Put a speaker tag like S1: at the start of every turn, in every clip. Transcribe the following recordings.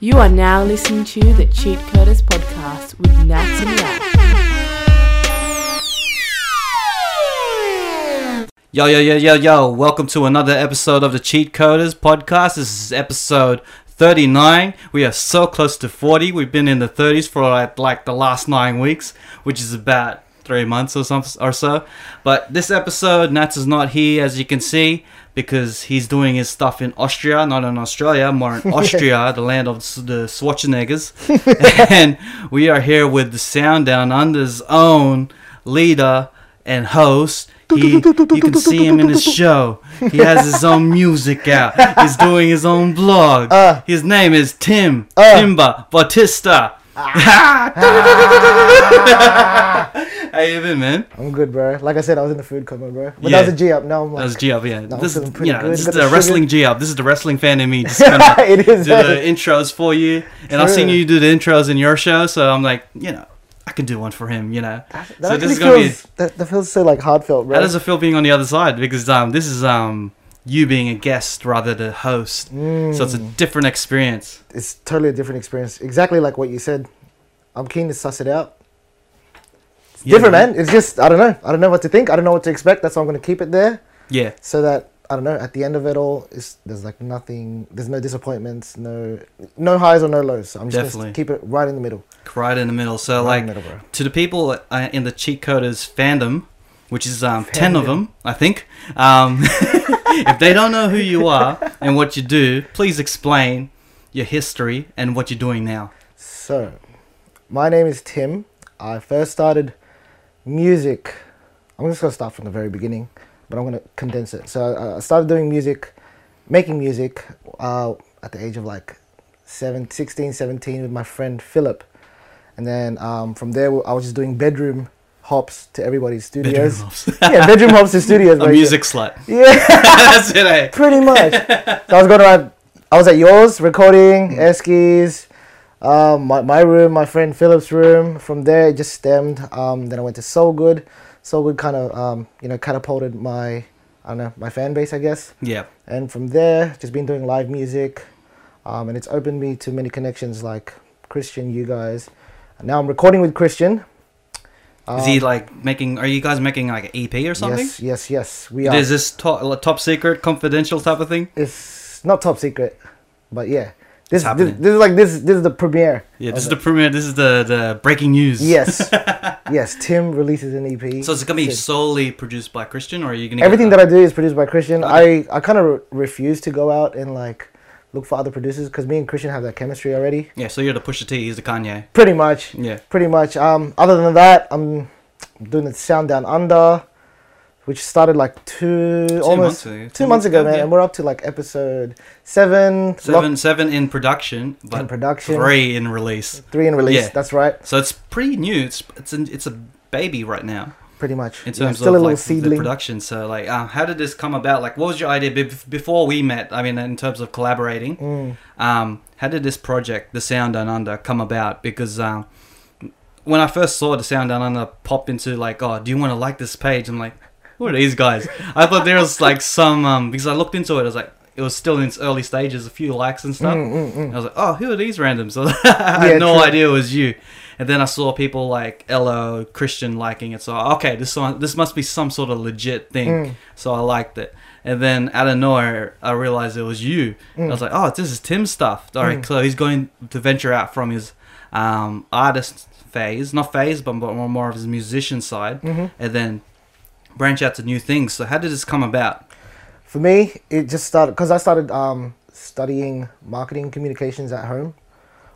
S1: You are now listening to the Cheat Curtis podcast with Nats and Nat.
S2: Yo, yo, yo, yo, yo. Welcome to another episode of the Cheat Coders podcast. This is episode 39. We are so close to 40. We've been in the 30s for like, like the last nine weeks, which is about three months or, some, or so. But this episode, Nats is not here, as you can see, because he's doing his stuff in Austria, not in Australia, more in Austria, the land of s- the Schwarzeneggers. and we are here with the Sound Down Under's own leader and host. He, you can see him in his show. He has his own music out. He's doing his own blog.
S3: Uh.
S2: his name is Tim Timba Bautista.
S3: Ah.
S2: How you been, man?
S3: I'm good, bro. Like I said, I was in the food coma, bro. But
S2: Yeah.
S3: that was a G up. Now I'm like,
S2: That was G up, yeah.
S3: was
S2: This is
S3: feeling pretty
S2: you know,
S3: good.
S2: this is
S3: Got
S2: the
S3: the sugar.
S2: wrestling G up. This is the wrestling fan in me just kinda
S3: it
S2: do
S3: is.
S2: the intros for you. And I've seen
S3: True.
S2: you do the intros in your show, so I'm like, you know, I can do one for him, you know.
S3: that
S2: so this is
S3: actually
S2: gonna be
S3: feels, that, that feels so like heartfelt, bro.
S2: How does it feel being on the other side? Because um, this is um, you being a guest rather than a host, so it's a
S3: Mm.
S2: different experience.
S3: it's totally a different experience. Exactly like what you said. I'm keen to suss it out. It's
S2: Yeah,
S3: different, man. It's just I don't know. I don't know what to think. I don't know what to expect. That's why I'm gonna keep it there,
S2: Yeah,
S3: so that I don't know. At the end of it all, it's, there's like nothing. There's no disappointments. No, no highs or no lows. So I'm just
S2: Definitely.
S3: gonna keep it right in the middle.
S2: right in the middle. So
S3: Right
S2: like
S3: in the middle, bro.
S2: to the people uh, in the cheat coders fandom, which is um, ten of
S3: Fandom.
S2: them, I think. Um, if they don't know who you are and what you do, please explain your history and what you're doing now.
S3: So, my name is Tim. I first started music. I'm just gonna start from the very beginning, but I'm gonna condense it. So uh, I started doing music, making music uh, at the age of like seven, 16, 17 with my friend Philip, and then um, from there I was just doing bedroom hops to everybody's studios.
S2: Bedroom hops.
S3: yeah, bedroom hops to studios.
S2: A
S3: bro.
S2: music slut.
S3: Yeah.
S2: That's it. eh?
S3: Pretty much. so I was going to, I was at yours
S2: Mm.
S3: recording Eskies, um, my, my room, my friend Philip's room. From there, it just stemmed. Um, then I went to So Good. So Good kind of, um, you know, catapulted my, I don't know, my fan base, I guess.
S2: Yeah.
S3: And from there, just been doing live music, um, and it's opened me to many connections like Christian, you guys. And now I'm recording with Christian.
S2: Is he like making? Are you guys making like an EP or something?
S3: Um, Yes, yes, yes. We are.
S2: Is this top, top secret, confidential type of thing?
S3: it's not top secret, but yeah. This, this,
S2: happening.
S3: this is like this this is the premiere.
S2: Yeah,
S3: of
S2: this is
S3: it.
S2: the premiere. This is the, the breaking news.
S3: yes, yes. Tim releases an EP.
S2: So it's gonna be
S3: Tim.
S2: solely produced by Christian, or are you gonna
S3: everything
S2: get,
S3: that I do is produced by Christian. I I kind of re- refuse to go out and like look for other producers because me and Christian have that chemistry already.
S2: Yeah, so you're the Pusha T. He's the Kanye.
S3: Pretty much.
S2: Yeah.
S3: Pretty much. Um. Other than that, I'm doing the sound down under, which started like two, almost
S2: months ago.
S3: two, months ago, man,
S2: yeah.
S3: and we're up to like episode seven.
S2: Seven,
S3: lock-
S2: seven in production, but
S3: in production.
S2: three in release.
S3: Three in release.
S2: Yeah.
S3: That's right.
S2: So it's pretty new. It's it's an, it's a baby right now
S3: Pretty much.
S2: in
S3: Yeah,
S2: terms
S3: still
S2: of
S3: a little
S2: like the
S3: seedling.
S2: production. So like, uh, how did this come about? Like, what was your idea be- before we met? I mean, in terms of collaborating,
S3: Mm.
S2: um, how did this project, The Sound Down Under, come about? Because um, when I first saw The Sound Down Under pop into like, oh, do you want to like this page? I'm like, who are these guys? I thought there was like some um, because I looked into it. I was like. It was still in its early stages, a few likes and stuff. I was like, "Oh, who are these randoms?" I had
S3: Mm, Yeah,
S2: no
S3: true.
S2: idea it was you. And then I saw people like Elo Christian liking it, so okay, this one, this must be some sort of legit thing.
S3: Mm.
S2: So I liked it. And then out of nowhere, I realized it was you. I
S3: Mm.
S2: was like, "Oh, this is Tim's stuff." All right, so he's going to venture out from his um, artist phase, not phase, but but more more of his musician side,
S3: Mm-hmm.
S2: and then branch out to new things. So how did this come about?
S3: For me, it just started because I started um, studying marketing communications at home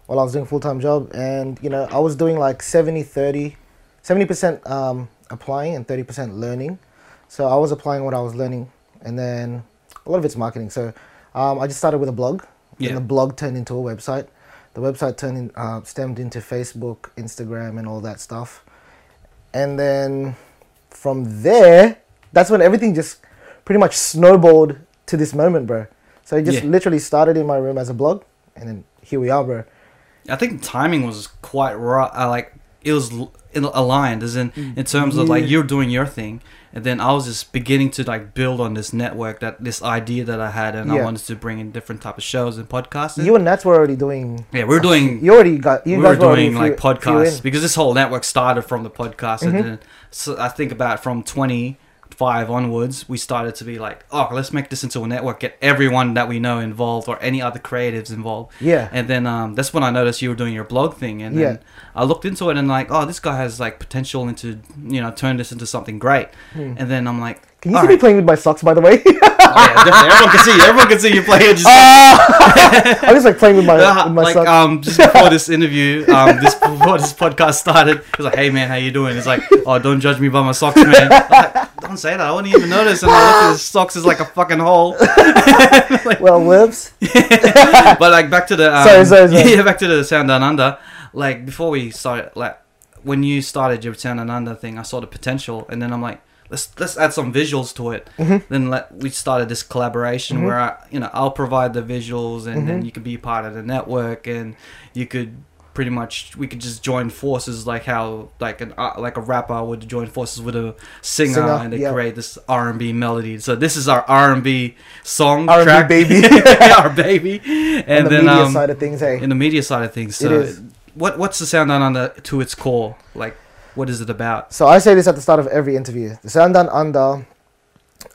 S3: while I was doing a full time job. And, you know, I was doing like 70 30, 70% um, applying and 30% learning. So I was applying what I was learning. And then a lot of it's marketing. So um, I just started with a blog.
S2: Yeah.
S3: And the blog turned into a website. The website turned in, uh, stemmed into Facebook, Instagram, and all that stuff. And then from there, that's when everything just pretty much snowballed to this moment, bro. So it just
S2: Yeah.
S3: literally started in my room as a blog, and then here we are, bro.
S2: I think the timing was quite right. Uh, like it was l- aligned as in in terms of like
S3: Mm. Yeah.
S2: you're doing your thing and then i was just beginning to like build on this network that this idea that i had and i
S3: Yeah.
S2: wanted to bring in different type of shows and podcasts
S3: You and Nats were already doing.
S2: yeah we we're doing
S3: You already got. You
S2: Mm. we
S3: Mm-hmm.
S2: were
S3: guys were already
S2: doing like
S3: few- few in.
S2: podcasts because this whole network started from the podcast and then so i think about from 25 onwards we started to be like oh let's make this into a network get everyone that we know involved or any other creatives involved
S3: Yeah.
S2: and then um, that's when i noticed you were doing your blog thing and then
S3: Yeah.
S2: i looked into it and like oh this guy has like potential into you know turn this into something great and then i'm like
S3: Hmm. Can you
S2: all
S3: see me
S2: right.
S3: playing with my socks, by the way?
S2: Oh, yeah, definitely. everyone can see you everyone can see you playing just
S3: I'm just like playing with my,
S2: Uh,
S3: with my
S2: like
S3: socks.
S2: um just before this interview, um this before this podcast started, he was like, "Hey man, how you doing?" It's like, "Oh, don't judge me by my socks, man." I'm like, don't say that. I wouldn't even notice. And I look at his socks is like a fucking hole.
S3: well, whoops.
S2: but like back to the um,
S3: Sorry, sorry, sorry.
S2: yeah, back to the sound down under. Like before we started, like when you started your sound down under thing, I saw the potential, and then I'm like. Let's, let's add some visuals to it.
S3: Mm-hmm.
S2: Then let, we started this collaboration where I, you know I'll provide the visuals and
S3: Mm-hmm.
S2: then you could be part of the network and you could pretty much we could just join forces like how like an uh, like a rapper would join forces with a singer,
S3: Singer,
S2: and they
S3: yeah.
S2: create this R and B melody. So this is our R and B song
S3: R&B
S2: track.
S3: baby.
S2: our baby. And
S3: On the
S2: then
S3: media
S2: um,
S3: side of things, hey.
S2: in the media side of things.
S3: It
S2: So
S3: is.
S2: what what's the sound down under to its core? Like what is it about?
S3: So I say this at the start of every interview. The Sound Down Under.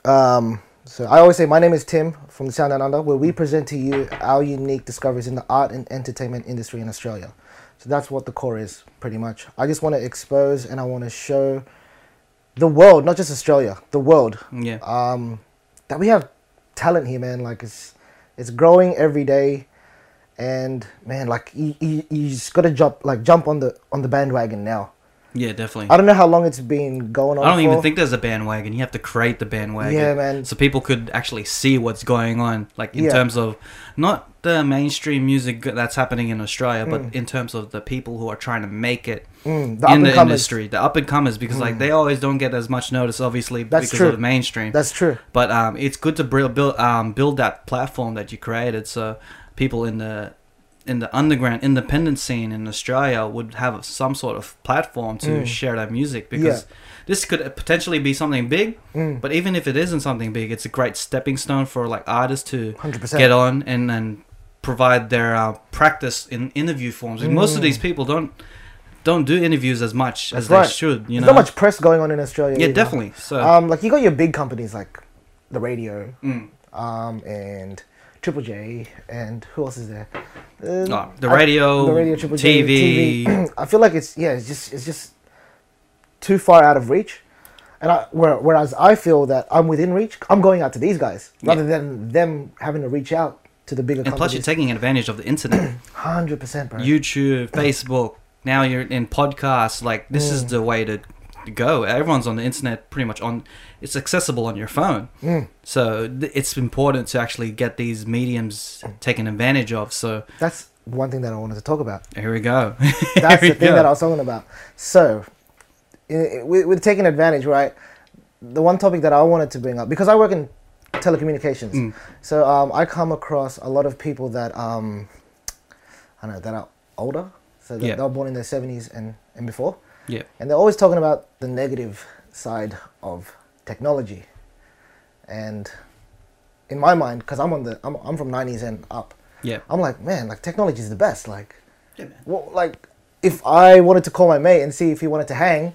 S3: Um, so I always say, my name is Tim from the Sound Down Under, where we present to you our unique discoveries in the art and entertainment industry in Australia. So that's what the core is, pretty much. I just want to expose and I want to show the world, not just Australia, the world,
S2: Yeah.
S3: um, that we have talent here, man. Like it's it's growing every day, and man, like you, you, you just gotta jump like jump on the on the bandwagon now.
S2: yeah, definitely.
S3: I don't know how long it's been going on.
S2: I don't
S3: for.
S2: even think there's a bandwagon. You have to create the bandwagon.
S3: Yeah, man.
S2: So people could actually see what's going on, like in
S3: Yeah.
S2: terms of not the mainstream music that's happening in Australia, but in terms of the people who are trying to make it
S3: Mm, the
S2: in the
S3: up-and-comers. Mm.
S2: industry, the up and comers, because like they always don't get as much notice, obviously,
S3: That's
S2: because
S3: true.
S2: of the mainstream.
S3: that's true.
S2: but um, it's good to build build, um, build that platform that you created so people in the in the underground independent scene in Australia would have some sort of platform to
S3: Mm.
S2: share their music because this could potentially be something big
S3: Mm.
S2: but even if it isn't something big it's a great stepping stone for like artists to
S3: 100%.
S2: get on and and provide their uh, practice in interview forms and most of these people don't don't do interviews as much as
S3: Mm. right.
S2: they should you
S3: There's
S2: know
S3: not much press going on in Australia.
S2: yeah
S3: either.
S2: definitely so
S3: Um, like you got your big companies like the radio,
S2: Mm.
S3: um, and Triple J, and who else is there? Uh,
S2: Oh, the radio, TV.
S3: I feel like it's yeah, it's just it's just too far out of reach. And I, where- whereas I feel that I'm within reach, I'm going out to these guys rather than them having to reach out to the bigger
S2: and plus you're
S3: companies.
S2: taking advantage of the internet
S3: Hundred percent, bro.
S2: YouTube, Facebook. Now you're in podcasts. Like this
S3: Mm.
S2: is the way to go. Everyone's on the internet, pretty much on. It's accessible on your phone,
S3: Mm.
S2: so th- it's important to actually get these mediums taken advantage of. So
S3: That's one thing that I wanted to talk about.
S2: here we go.
S3: That's
S2: Here
S3: the
S2: we
S3: thing
S2: go.
S3: that I was talking about. So, i- i- with, with taking advantage, right? The one topic that I wanted to bring up because I work in telecommunications,
S2: Mm.
S3: so um, I come across a lot of people that um, I don't know that are older, so that
S2: Yeah.
S3: they were born in their seventies and and before,
S2: Yeah,
S3: and they're always talking about the negative side of technology, and in my mind, because I'm on the I'm, I'm from nineties and up,
S2: yeah,
S3: I'm like, man, like technology is the best. Like,
S2: Yeah, man.
S3: well, like if I wanted to call my mate and see if he wanted to hang,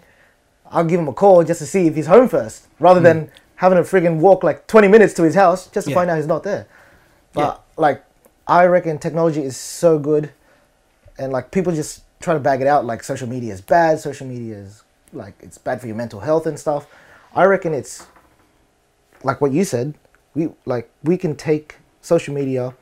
S3: I'll give him a call just to see if he's home first, rather than having to friggin' walk like 20 minutes to his house just to
S2: Yeah.
S3: find out he's not there. But like, I reckon technology is so good, and like people just try to bag it out like social media is bad, social media is like it's bad for your mental health and stuff. I reckon it's like what you said, we like we can take social media,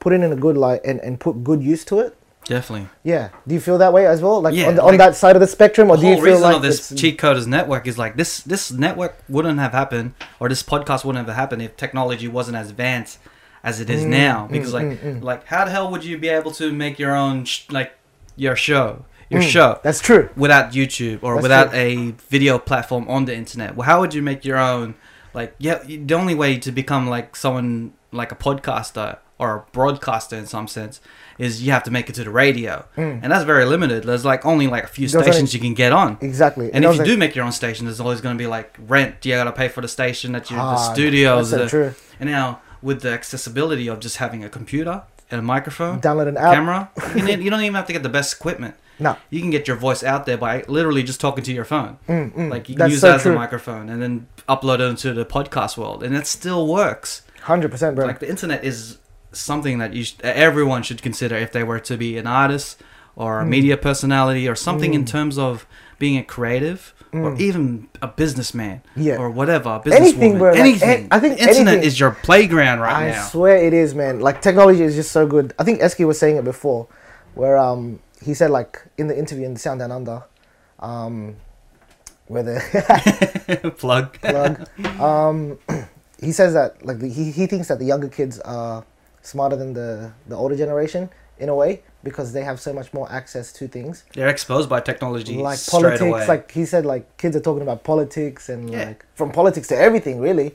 S3: put it in a good light, and, and put good use to it.
S2: definitely.
S3: Yeah. Do you feel that way as well? Like
S2: Yeah,
S3: on, the,
S2: like-
S3: on that side of the spectrum, or
S2: The
S3: do you
S2: whole
S3: feel
S2: reason
S3: like
S2: of this
S3: it's-
S2: cheat coders network is like this. This network wouldn't have happened, or this podcast wouldn't have happened if technology wasn't as advanced as it is
S3: Mm,
S2: now. Because like, like how the hell would you be able to make your own sh- like your show, your show
S3: Mm, That's true.
S2: without YouTube or
S3: That's
S2: without
S3: true.
S2: a video platform on the internet? Well, how would you make your own? Like, yeah, the only way to become like someone like a podcaster or a broadcaster in some sense is you have to make it to the radio,
S3: Mm.
S2: and that's very limited. There's like only like a few
S3: There's only-
S2: stations you can get on.
S3: Exactly.
S2: And, if
S3: I
S2: you
S3: was
S2: do
S3: like,
S2: make your own station, there's always going to be like rent. You got to pay for the station that you
S3: Ah,
S2: the studios.
S3: that's so
S2: the-
S3: true.
S2: And now with the accessibility of just having a computer and a microphone,
S3: download an app,
S2: camera, you, need, you don't even have to get the best equipment.
S3: No.
S2: You can get your voice out there by literally just talking to your phone.
S3: Mm, mm.
S2: Like you can
S3: That's
S2: use
S3: so
S2: that as a
S3: true.
S2: microphone and then upload it into the podcast world, and it still works.
S3: hundred percent, bro.
S2: Like the internet is something that you sh- everyone should consider if they were to be an artist or a
S3: Mm.
S2: media personality or something in terms of being a creative or even a businessman
S3: Mm. Yeah.
S2: or whatever businesswoman.
S3: Anything,
S2: anything
S3: bro, like, an- I
S2: I
S3: think
S2: think the internet
S3: anything-
S2: is your playground right
S3: I
S2: now
S3: swear it is, man. Like technology is just so good. I think Eski was saying it before, where um he said like in the interview in Sound Down Under, um, where the
S2: plug
S3: plug, um, he says that like the, he he thinks that the younger kids are smarter than the the older generation in a way because they have so much more access to things
S2: they're exposed by technology
S3: like
S2: straight
S3: politics.
S2: away
S3: Like he said, like kids are talking about politics and
S2: Yeah.
S3: like from politics to everything really,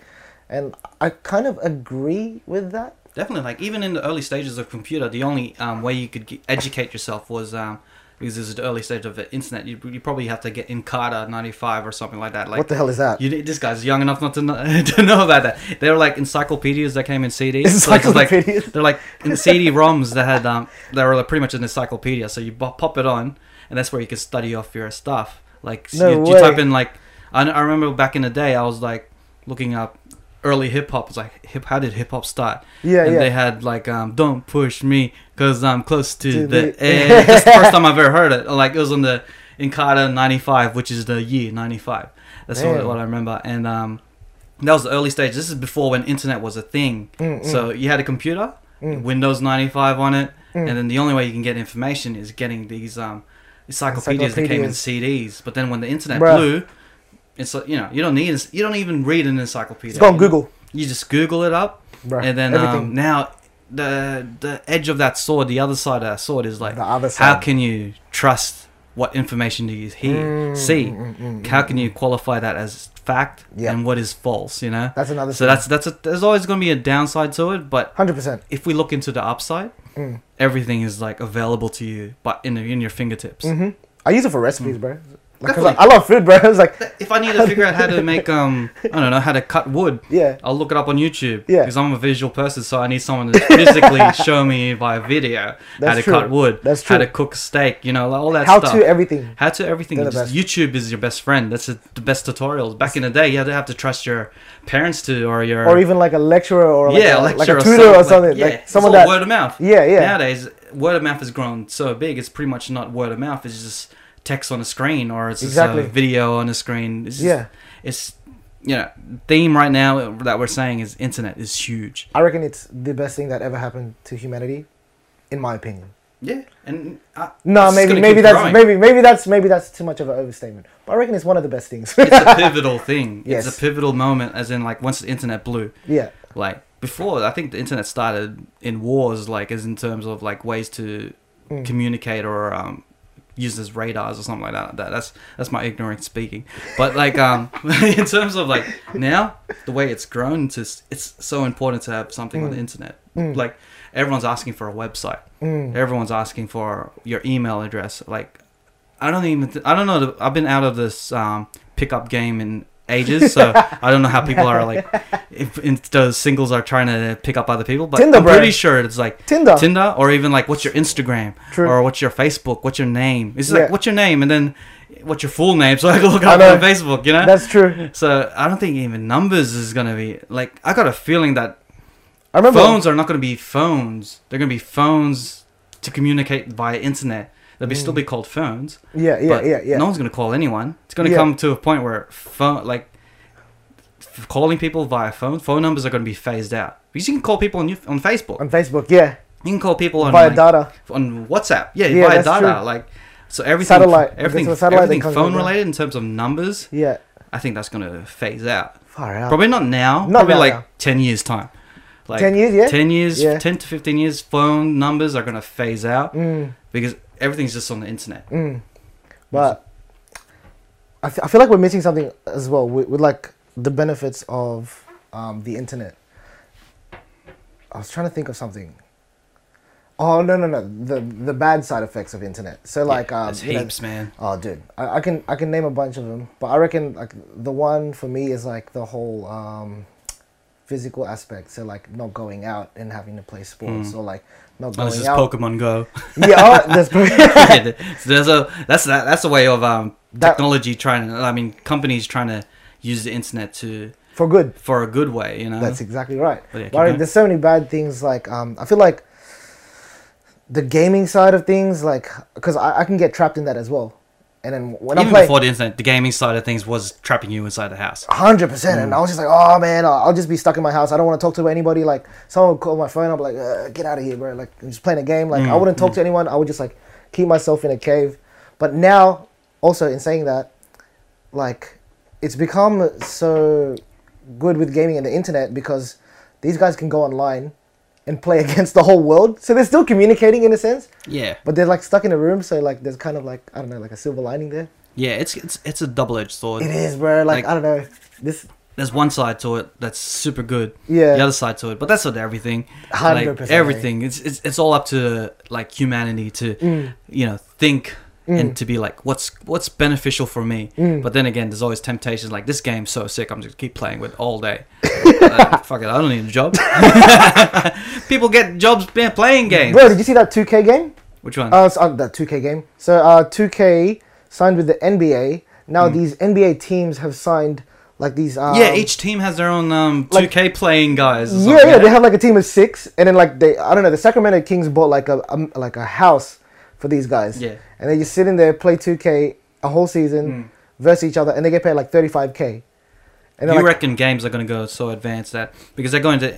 S3: and I kind of agree with that.
S2: Definitely, like even in the early stages of computer, the only um, way you could ge educate yourself was um, because this is the early stage of the internet. You, you probably have to get in Encarta '95 or something like that. Like
S3: what the hell is that?
S2: You, this guy's young enough not to know, to know about that. They were like encyclopedias that came in CDs. So, like, it's like-
S3: Encyclopedias?
S2: they're like in CD-ROMs that had um, they were like, pretty much an encyclopedia. So you bo- pop it on, and that's where you can study off your stuff. Like so
S3: No
S2: you, you type
S3: way.
S2: in like I, kn- I remember back in the day I was like looking up early hip hop. It's like hip how did hip hop start?
S3: Yeah,
S2: and
S3: yeah.
S2: they had like um don't push me because I'm close to,
S3: To
S2: the,
S3: the-
S2: edge. That's the first time I've ever heard it. Like it was on the Encarta '95, which is the year '95. That's what,
S3: Man.
S2: what I remember. And um, that was the early stage. This is before when internet was a thing. So you had a computer,
S3: Mm.
S2: Windows 95 on it, and then the only way you can get information is getting these um, encyclopedias that came in
S3: Encyclopedias.
S2: CDs. But then when the internet
S3: Bruh.
S2: blew, it's like, you know you don't need you don't even read an encyclopedia.
S3: It's gone Google.
S2: You just Google it up,
S3: Bruh,
S2: and then um,
S3: everything.
S2: now the the edge of that sword, the other side of that sword is like
S3: The other
S2: how
S3: side. Mm,
S2: can you trust what information do you hear see? how can you qualify that as fact
S3: Mm-hmm. Yeah.
S2: and what is false? You know.
S3: That's another.
S2: so that's that's a, there's always going to be a downside to it, but
S3: hundred percent.
S2: if we look into the upside,
S3: Mm.
S2: everything is like available to you, but in in your fingertips.
S3: I use it for
S2: Mm.
S3: recipes, bro. Like, 'cause
S2: Definitely.
S3: I, I love food, bro. It's like
S2: If I need to figure out how to make um I don't know how to cut wood,
S3: yeah,
S2: I'll look it up on YouTube.
S3: Yeah.
S2: Because I'm a visual person, so I need someone to physically show me by video how
S3: That's
S2: to
S3: true.
S2: cut wood,
S3: That's
S2: how
S3: true.
S2: to cook steak, you know, like all that
S3: how
S2: stuff.
S3: to everything.
S2: how to everything.
S3: They're the
S2: Just
S3: best.
S2: YouTube is your best friend. That's the the best tutorials. Back in the day, you had to have to trust your parents to, or your
S3: Or even like a lecturer or like,
S2: yeah,
S3: a,
S2: lecture
S3: like a
S2: or
S3: tutor or
S2: something.
S3: something. Like,
S2: yeah, it's
S3: someone
S2: all
S3: that.
S2: word of mouth.
S3: Yeah, yeah.
S2: Nowadays, word of mouth has grown so big. It's pretty much not word of mouth. It's just text on a screen, or it's just
S3: Exactly.
S2: a video on a screen. It's just,
S3: Yeah.
S2: it's you know theme right now that we're saying is internet is huge.
S3: I reckon it's the best thing that ever happened to humanity, in my opinion.
S2: Yeah, and uh,
S3: No,
S2: it's
S3: maybe
S2: gonna
S3: maybe
S2: keep
S3: that's
S2: growing.
S3: maybe maybe that's maybe that's too much of an overstatement. But I reckon it's one of the best things.
S2: it's a pivotal thing.
S3: Yes.
S2: It's a pivotal moment, as in like once the internet blew.
S3: yeah,
S2: like before i think the internet started in wars like as in terms of like ways to communicate or um use as radars or something like that. that that's that's my ignorant speaking but like um in terms of like now the way it's grown to s- it's so important to have something on the internet like everyone's asking for a website everyone's asking for your email address like I don't even. Th- I don't know. the- I've been out of this um, pickup game in ages, so I don't know how people are like. If, if those singles are trying to pick up other people, but
S3: Tinder,
S2: I'm
S3: bro.
S2: pretty sure it's like
S3: Tinder.
S2: Tinder, or even like what's your Instagram,
S3: True.
S2: or what's your Facebook, what's your name. It's
S3: Yeah.
S2: like what's your name, and then what's your full name, so I can look
S3: I
S2: up on
S3: know.
S2: Facebook. You know.
S3: that's true.
S2: so I don't think even numbers is gonna be like. I got a feeling that
S3: I remember
S2: phones are not going to be phones. They're going to be phones to communicate via internet. They'll be
S3: Mm.
S2: still be called phones.
S3: Yeah, yeah,
S2: but
S3: yeah, yeah.
S2: No one's going to call anyone. It's going to
S3: Yeah.
S2: come to a point where phone, like f- calling people via phone, phone numbers are going to be phased out. Because you can call people on you, on Facebook.
S3: on Facebook. Yeah,
S2: you can call people on
S3: via
S2: like,
S3: data.
S2: on WhatsApp. Yeah,
S3: Yeah,
S2: via
S3: that's
S2: data.
S3: true.
S2: Like so everything
S3: Satellite. Because
S2: everything
S3: of satellite, they
S2: everything
S3: can't
S2: phone
S3: go down.
S2: related in terms of numbers.
S3: Yeah,
S2: I think that's going to phase out.
S3: far out.
S2: Probably not now.
S3: Not
S2: probably
S3: right
S2: like
S3: now.
S2: ten years time. Like
S3: 10 years, yeah?
S2: Ten years,
S3: Yeah.
S2: ten to fifteen years. Phone numbers are gonna phase out
S3: Mm,
S2: because everything's just on the internet.
S3: mm. But I, f- I feel like we're missing something as well with, with like the benefits of um, the internet. I was trying to think of something. Oh no no no the the bad side effects of internet. So like um,
S2: There's
S3: you know-
S2: heaps, man.
S3: Oh, dude, I, I can I can name a bunch of them, but I reckon like the one for me is like the whole um, physical aspect. So like not going out and having to play sports,
S2: Hmm.
S3: or like not going
S2: Unless it's
S3: out.
S2: Pokemon Go.
S3: Yeah, oh, there's po-
S2: Yeah, th- so there's a that's that, that's a way of um
S3: That-
S2: technology trying to I mean companies trying to use the internet to
S3: for good.
S2: for a good way, you know.
S3: That's exactly right.
S2: Uh-huh. But yeah, keep
S3: But I-
S2: going.
S3: there's so many bad things. Like um, I feel like the gaming side of things, like because I, I can get trapped in that as well. And then when
S2: Even
S3: I'm playing,
S2: before the internet, the gaming side of things was trapping you inside the house.
S3: hundred percent. And I was just like, oh man, I'll I'll just be stuck in my house. I don't want to talk to anybody. Like someone would call my phone, I'm like, uh, get out of here, bro. Like I'm just playing a game. Like I wouldn't talk to anyone. I would just like keep myself in a cave. But now, also in saying that, like it's become so good with gaming and the internet because these guys can go online and play against the whole world. So they're still communicating in a sense,
S2: Yeah,
S3: but they're like stuck in a room. So like there's kind of like I don't know, like a silver lining there.
S2: yeah, it's it's it's a double edged sword.
S3: It is, bro. Like,
S2: Like-
S3: I don't know. This
S2: There's one side to it that's super good.
S3: Yeah.
S2: The other side to it, but that's not everything.
S3: Hundred
S2: Like,
S3: percent, eh?
S2: Everything. It's, it's it's all up to like humanity to
S3: Mm.
S2: you know think and to be like what's what's beneficial for me.
S3: Mm.
S2: But then again, there's always temptations like this game's so sick. I'm just gonna keep playing with all day. Uh, fuck it. I don't need a job. People get jobs man, playing games.
S3: bro, did you see that 2K game?
S2: Which one?
S3: Uh, so, uh, that 2K game. So uh, 2K signed with the NBA. Now these NBA teams have signed like these. Um,
S2: Hmm. yeah, each team has their own um, 2K
S3: like-
S2: playing guys. or
S3: Yeah,
S2: something,
S3: yeah, they have like a team of six, and then like they, I don't know, the Sacramento Kings bought like a um, like a house for these guys.
S2: Yeah. Hmm.
S3: and they just sit in there, play 2K a whole season versus each other, and they get paid like 35k. And
S2: you
S3: they're like,
S2: reckon games are going to go so advanced that because they're going to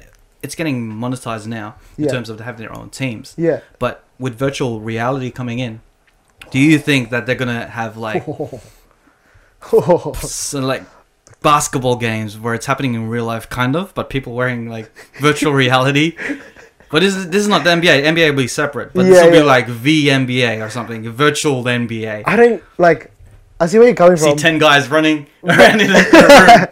S2: it's getting monetized now in
S3: Yeah.
S2: terms of having their own teams
S3: Yeah.
S2: but with virtual reality coming in do you think that they're going to have like so like basketball games where it's happening in real life kind of but people wearing like virtual reality but this is, this is not the nba nba will be separate but this
S3: Yeah,
S2: will
S3: yeah.
S2: be like vnba or something virtual nba
S3: I um, don't like. I see where you're coming
S2: see
S3: from.
S2: 10 guys running around in a room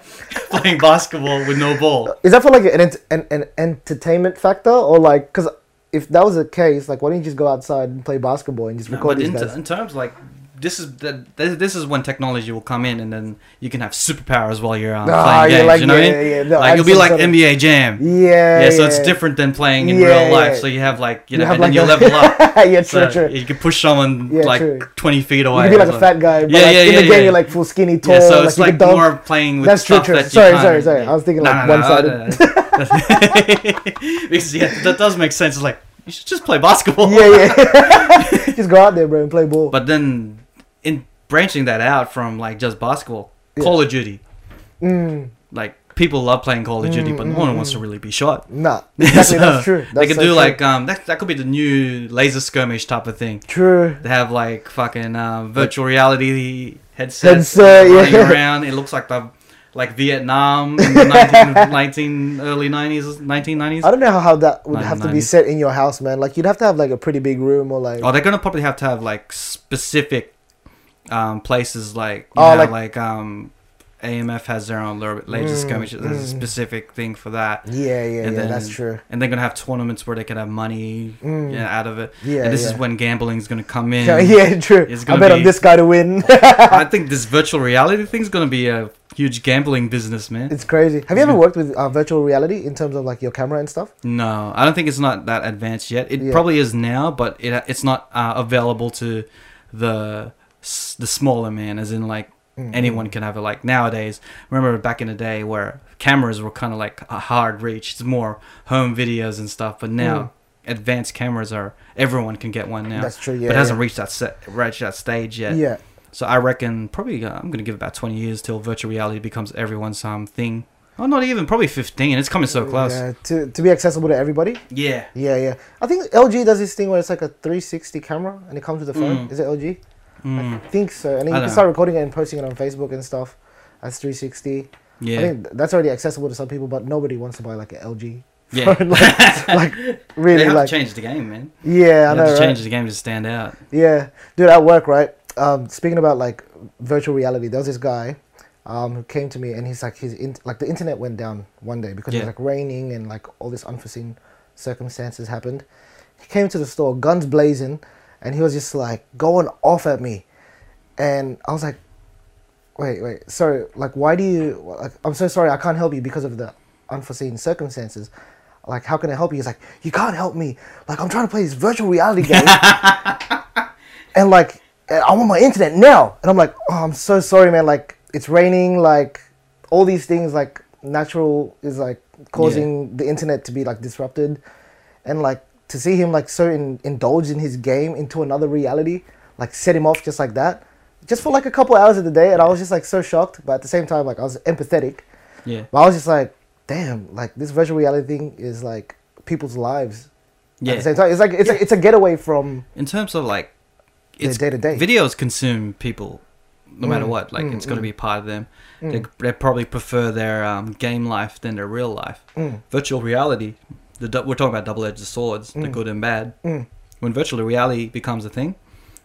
S2: playing basketball with no ball
S3: Is that for like an ent- an, an entertainment factor or like because if that was the case, like why don't you just go outside and play basketball and just
S2: No,
S3: record
S2: but
S3: these
S2: in,
S3: guys?
S2: in terms like this is the, this, this is when technology will come in, and then you can have superpowers while you're um,
S3: Ah,
S2: playing
S3: you're
S2: games.
S3: like,
S2: you know, what I
S3: yeah,
S2: mean?
S3: yeah, yeah, no,
S2: like you'll be
S3: absolutely,
S2: like
S3: sorry.
S2: NBA Jam.
S3: Yeah,
S2: yeah, so it's
S3: yeah.
S2: different than playing in
S3: Yeah,
S2: real life.
S3: yeah.
S2: So you have like you know,
S3: You have
S2: and then
S3: like
S2: you
S3: a-
S2: level up.
S3: yeah, true,
S2: so
S3: true.
S2: You can push someone
S3: Yeah,
S2: like
S3: true.
S2: twenty feet
S3: You
S2: away.
S3: could be like
S2: so-
S3: a fat guy, but like, in the game you're like full skinny, tall.
S2: yeah, so it's like
S3: like, you could dunk.
S2: more playing with
S3: That's true,
S2: stuff
S3: true.
S2: that you
S3: Sorry,
S2: can't-
S3: sorry, sorry. I was thinking, like, one-sided.
S2: no. because yeah, that does make sense. It's like you should just play basketball.
S3: Yeah, yeah. just go out there, bro, and play ball.
S2: But then, in branching that out from like just basketball, Call of Duty.
S3: Mm.
S2: Like people love playing Call of Duty, but no one wants to really be shot.
S3: nah, Mm, exactly, that's
S2: So,
S3: true. That's
S2: they could
S3: so
S2: do
S3: true.
S2: like um that, that could be the new laser skirmish type of thing.
S3: true.
S2: They have like fucking um, virtual reality headsets
S3: Headset, yeah.
S2: running around. It looks like the like Vietnam in the 19, 19 early nineties, nineteen nineties.
S3: I don't know how- how that would have to be
S2: 1990s.
S3: set in your house, man. Like you'd have to have like a pretty big room or like
S2: Oh, they're gonna probably have to have like specific um, places, like you
S3: Oh,
S2: know, like,
S3: like- Mm,
S2: um, AMF has their own laser skirmish. There's a specific thing for that.
S3: yeah, yeah, yeah.
S2: And
S3: that's
S2: then-
S3: true.
S2: And they're gonna have tournaments where they can have money you know, out of it.
S3: Mm. Yeah,
S2: and this is
S3: yeah.
S2: when gambling's gonna come in.
S3: Yeah, yeah, true.
S2: It's
S3: I
S2: gonna
S3: bet on
S2: be-
S3: this guy to win.
S2: I think this virtual reality thing's gonna be a huge gambling business, man.
S3: It's crazy. Have you ever worked with uh, virtual reality in terms of like your camera and stuff?
S2: No, I don't think it's not that advanced yet. It
S3: Yeah.
S2: probably is now, but it it's not uh, available to the s- the smaller man, as in like
S3: Mm-hmm.
S2: anyone can have it. Like nowadays, remember back in the day where cameras were kind of like a hard reach. It's more home videos and stuff, but now. Advanced cameras are everyone can get one now.
S3: Mm. That's true,
S2: but
S3: yeah,
S2: it hasn't
S3: yeah.
S2: reached that set, reached that stage yet.
S3: Yeah.
S2: So I reckon probably uh, I'm gonna give it about 20 years till virtual reality becomes everyone's um thing. Oh, not even probably 15. It's coming so close.
S3: Yeah, to, to be accessible to everybody.
S2: yeah.
S3: Yeah, yeah. I think LG does this thing where it's like a 360 camera and it comes with a phone. Is it LG? I think so.
S2: Mm. I
S3: And then you
S2: don't
S3: can start recording it and posting it on Facebook and stuff as 360.
S2: Yeah.
S3: I think th- that's already accessible to some people, but nobody wants to buy like an LG.
S2: Yeah.
S3: phone. like, like,
S2: they
S3: really,
S2: have
S3: like
S2: to change the game, man. They
S3: yeah, I
S2: have
S3: know,
S2: to
S3: right?
S2: change the game to stand out.
S3: Yeah, dude, at work, right? Um, speaking about like virtual reality, there was this guy um, who came to me and he's like, his in- like the internet went down one day because it
S2: Yeah.
S3: was like raining and like all this unforeseen circumstances happened. He came to the store, guns blazing, and he was just like going off at me, and I was like, "Wait, wait, sorry. Like, why do you? Like, I'm so sorry. I can't help you because of the unforeseen circumstances." Like, how can I help you? He's like, you can't help me. Like, I'm trying to play this virtual reality game, and like I want my internet now. And I'm like, oh, I'm so sorry, man. Like it's raining. Like all these things, like natural is like causing the internet to be like disrupted, and like to see him like so in, indulge in his game into another reality, like set him off just like that, just for like a couple hours of the day. And I was just like so shocked, but at the same time, like I was empathetic.
S2: Yeah.
S3: But I was just like, damn, like this virtual reality thing is like people's lives. At
S2: Yeah.
S3: the same time, it's like it's a, it's a getaway from
S2: in terms of like
S3: Their day-to-day. Mm.
S2: videos consume people no matter what like it's going to be a part of them they, they probably prefer their um, game life than their real life
S3: Mm.
S2: virtual reality the, dou- we're talking about double-edged swords
S3: Mm.
S2: the good and bad when virtual reality becomes a thing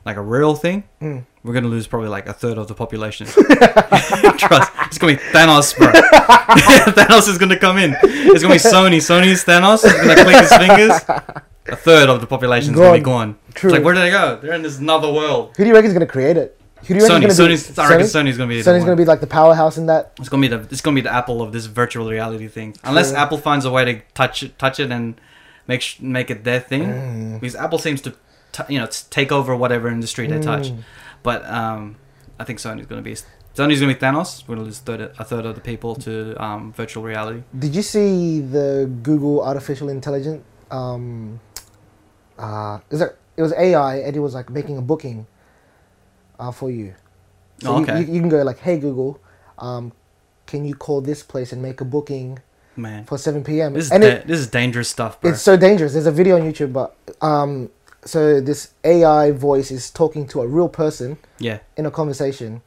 S2: like a real thing
S3: Mm.
S2: we're going to lose probably like a third of the population trust it's going to be thanos bro thanos is going to come in it's going to be sony sony's thanos he's going to click his fingers a third of the population is going to be
S3: Gone.
S2: gone
S3: True.
S2: it's like, where do they go? They're in this another world.
S3: Who do you reckon's gonna create it? Who do you
S2: Sony,
S3: reckon's gonna
S2: Sony's, I reckon Sony's gonna be. the
S3: Sony's
S2: one.
S3: gonna be like the powerhouse in that.
S2: It's gonna be the. It's gonna be the Apple of this virtual reality thing. Unless
S3: True.
S2: Apple finds a way to touch it, touch it, and make sh- make it their thing,
S3: Mm.
S2: because Apple seems to, t- you know, t- take over whatever industry they touch.
S3: Mm.
S2: But um, I think Sony's gonna be. Sony's gonna be Thanos. We're gonna lose third, a third of the people to um, virtual reality.
S3: Did you see the Google artificial intelligence? Um, uh, is it? It was AI, and it was like making a booking uh, for you. So
S2: Oh,
S3: you-
S2: okay.
S3: you, you can go like, "Hey Google, um, can you call this place and make a booking
S2: Man,
S3: for 7 p.m.?"
S2: this is
S3: and
S2: da-
S3: it,
S2: this is dangerous stuff, bro.
S3: it's so dangerous. There's a video on YouTube, but um, so this AI voice is talking to a real person,
S2: yeah,
S3: in a conversation,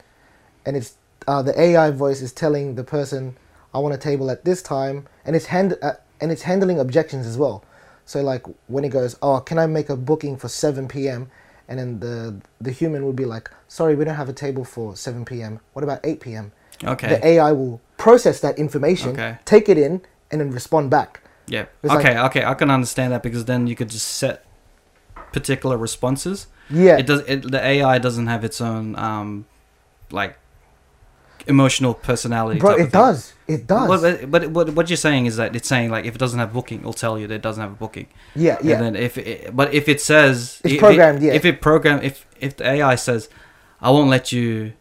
S3: and it's uh, the AI voice is telling the person, "I want a table at this time," and it's hand uh, and it's handling objections as well. So like when it goes, "Oh, can I make a booking for seven p.m.?" and then the the human would be like, "Sorry, we don't have a table for seven p.m. What about eight p.m.?"
S2: Okay.
S3: The AI will process that information,
S2: Okay.
S3: take it in, and then respond back.
S2: Yeah.
S3: It's
S2: okay, okay, I can understand that because then you could just set particular responses.
S3: Yeah.
S2: It does it, the AI doesn't have its own um like emotional personality.
S3: Bro,
S2: type of
S3: it
S2: thing.
S3: does. It does.
S2: But, but, but what, what you're saying is that it's saying like if it doesn't have a booking, it'll tell you that it doesn't have a booking.
S3: yeah, yeah.
S2: And then if it, but if it says if
S3: It's
S2: it-
S3: programmed, yeah.
S2: If it program if if the AI says, I won't let you,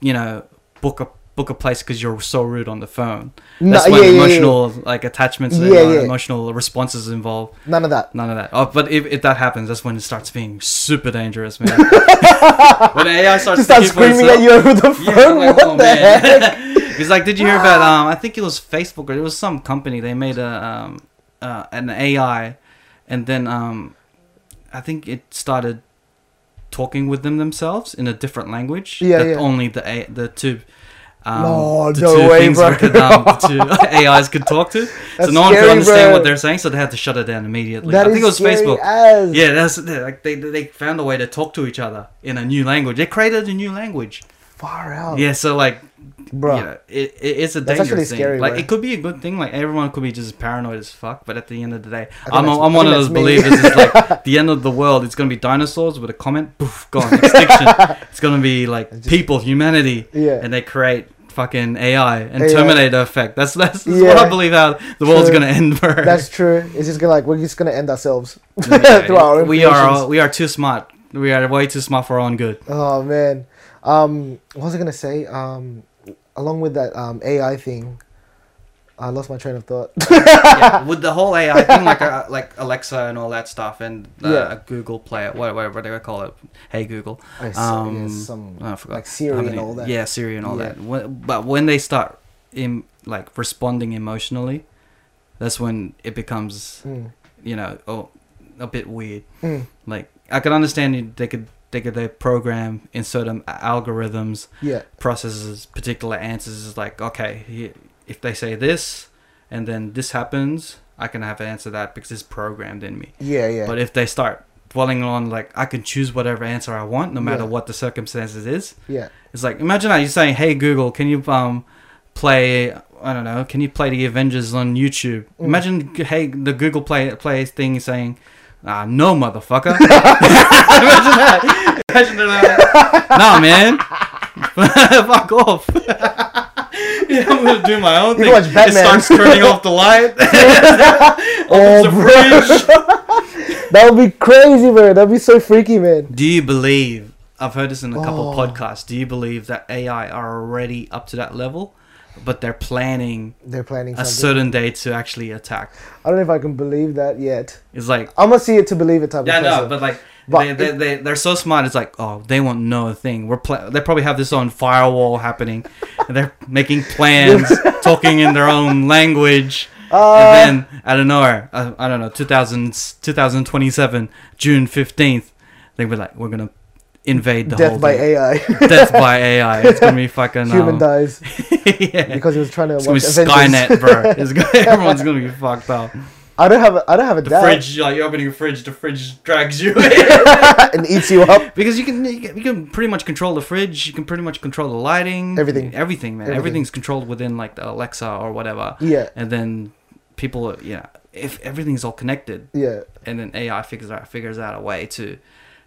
S2: you know, book a book a place because you're so rude on the phone.
S3: No,
S2: That's
S3: yeah,
S2: when
S3: yeah, yeah.
S2: emotional like attachments and
S3: Yeah,
S2: uh,
S3: yeah.
S2: emotional responses involved.
S3: None of that.
S2: None of that. Oh, but if, if that happens, that's when it starts being super dangerous, man. when AI starts
S3: Just
S2: thinking
S3: start
S2: for
S3: screaming
S2: itself-
S3: at you over the phone. what the heck?
S2: it's oh, like, did you hear about? Um, I think it was Facebook or it was some company. They made a um, uh, an AI, and then um, I think it started talking with them themselves in a different language.
S3: Yeah,
S2: that
S3: yeah.
S2: Only the a- the two. Um,
S3: No,
S2: the
S3: no
S2: two
S3: way,
S2: things
S3: bro.
S2: we could, um, the two AIs could talk to,
S3: That's
S2: so no one could
S3: scary,
S2: understand
S3: bro.
S2: what they're saying, so they had to shut it down immediately.
S3: That
S2: I think
S3: is
S2: it was
S3: scary
S2: Facebook.
S3: as-
S2: Yeah, that's like they they found a way to talk to each other in a new language. They created a new language.
S3: Far out.
S2: Yeah, so like,
S3: Bro.
S2: you know, it, it, it's a
S3: That's
S2: dangerous
S3: actually
S2: thing.
S3: scary,
S2: like,
S3: bro.
S2: it could be a good thing. Like, everyone could be just paranoid as fuck. But at the end of the day,
S3: think
S2: I'm,
S3: that's-
S2: a,
S3: I
S2: I'm
S3: think
S2: one of
S3: that's
S2: those
S3: me.
S2: believers. It's like the end of the world. It's gonna be dinosaurs with a comment. Poof, gone, extinction. it's gonna be like people, humanity,
S3: Yeah.
S2: and they create fucking AI and
S3: AI.
S2: Terminator effect. That's that's, that's
S3: Yeah.
S2: what I believe. How the world's
S3: True.
S2: gonna end, bro.
S3: That's true. It's just gonna like we're just gonna end ourselves
S2: Yeah,
S3: through our own
S2: we are
S3: creations.
S2: all- we are too smart. We are way too smart for our own good.
S3: Oh man, um, what was I gonna say? Um, along with that um, AI thing, I lost my train of thought.
S2: yeah, with the whole AI thing, like uh, like Alexa and all that stuff, and uh,
S3: Yeah.
S2: Google Play, what, what, what do I call it? Hey Google.
S3: I saw, yeah,
S2: Um,
S3: some-
S2: oh, I forgot.
S3: like Siri
S2: How
S3: and all that.
S2: Yeah, Siri and all
S3: Yeah.
S2: that. When, but when they start in like responding emotionally, that's when it becomes
S3: Mm,
S2: you know oh, a bit weird.
S3: mm,
S2: Like I can understand you- they could they could they program insert um, algorithms
S3: yeah,
S2: processes particular answers is like okay he- if they say this and then this happens i can have an answer that because it's programmed in me
S3: yeah, yeah.
S2: but if they start dwelling on like i can choose whatever answer i want no matter
S3: Yeah.
S2: what the circumstances is
S3: yeah,
S2: it's like imagine that you're saying hey google can you um play I don't know. Can you play the Avengers on YouTube?
S3: Mm.
S2: Imagine hey the Google Play Play thing saying, ah, no motherfucker. imagine that. Imagine that. nah, man. Fuck off. yeah, I'm gonna do my own thing.
S3: You can watch
S2: It
S3: Batman.
S2: starts turning off the light.
S3: Oh,
S2: the
S3: bro.
S2: fridge.
S3: that would be crazy, bro. That'd be so freaky, man.
S2: Do you believe? I've heard this in a couple
S3: Oh.
S2: podcasts. Do you believe that AI are already up to that level, but they're planning
S3: They're planning
S2: a
S3: something.
S2: certain day to actually attack?
S3: I don't know if I can believe that yet.
S2: It's like
S3: I'm gonna see it to believe it type
S2: yeah,
S3: of
S2: no,
S3: person.
S2: but like
S3: But
S2: they, they, they they're so smart. It's like oh, they won't know a thing. We're pla- they probably have this own firewall happening, and they're making plans, talking in their own language.
S3: Uh.
S2: and then out of nowhere, uh, I don't know, 2000, 2027, June fifteenth, they were like, we're gonna invade the whole
S3: Death by
S2: thing.
S3: AI.
S2: Death by AI. It's gonna be fucking
S3: Human
S2: um,
S3: dies
S2: yeah.
S3: because he was trying to
S2: It's gonna
S3: watch
S2: be
S3: Avengers.
S2: Skynet, bro. It's gonna, everyone's gonna be fucked up.
S3: I don't have a, I don't have a
S2: The
S3: dad
S2: fridge, like you're opening a fridge, the fridge drags you in.
S3: and eats you up.
S2: because you can, you can you can pretty much control the fridge. You can pretty much control the lighting.
S3: Everything.
S2: everything, man.
S3: Everything.
S2: Everything's controlled within like the Alexa or whatever.
S3: Yeah,
S2: And then people, are- yeah, if everything's all connected,
S3: yeah.
S2: and then AI figures out figures out a way to,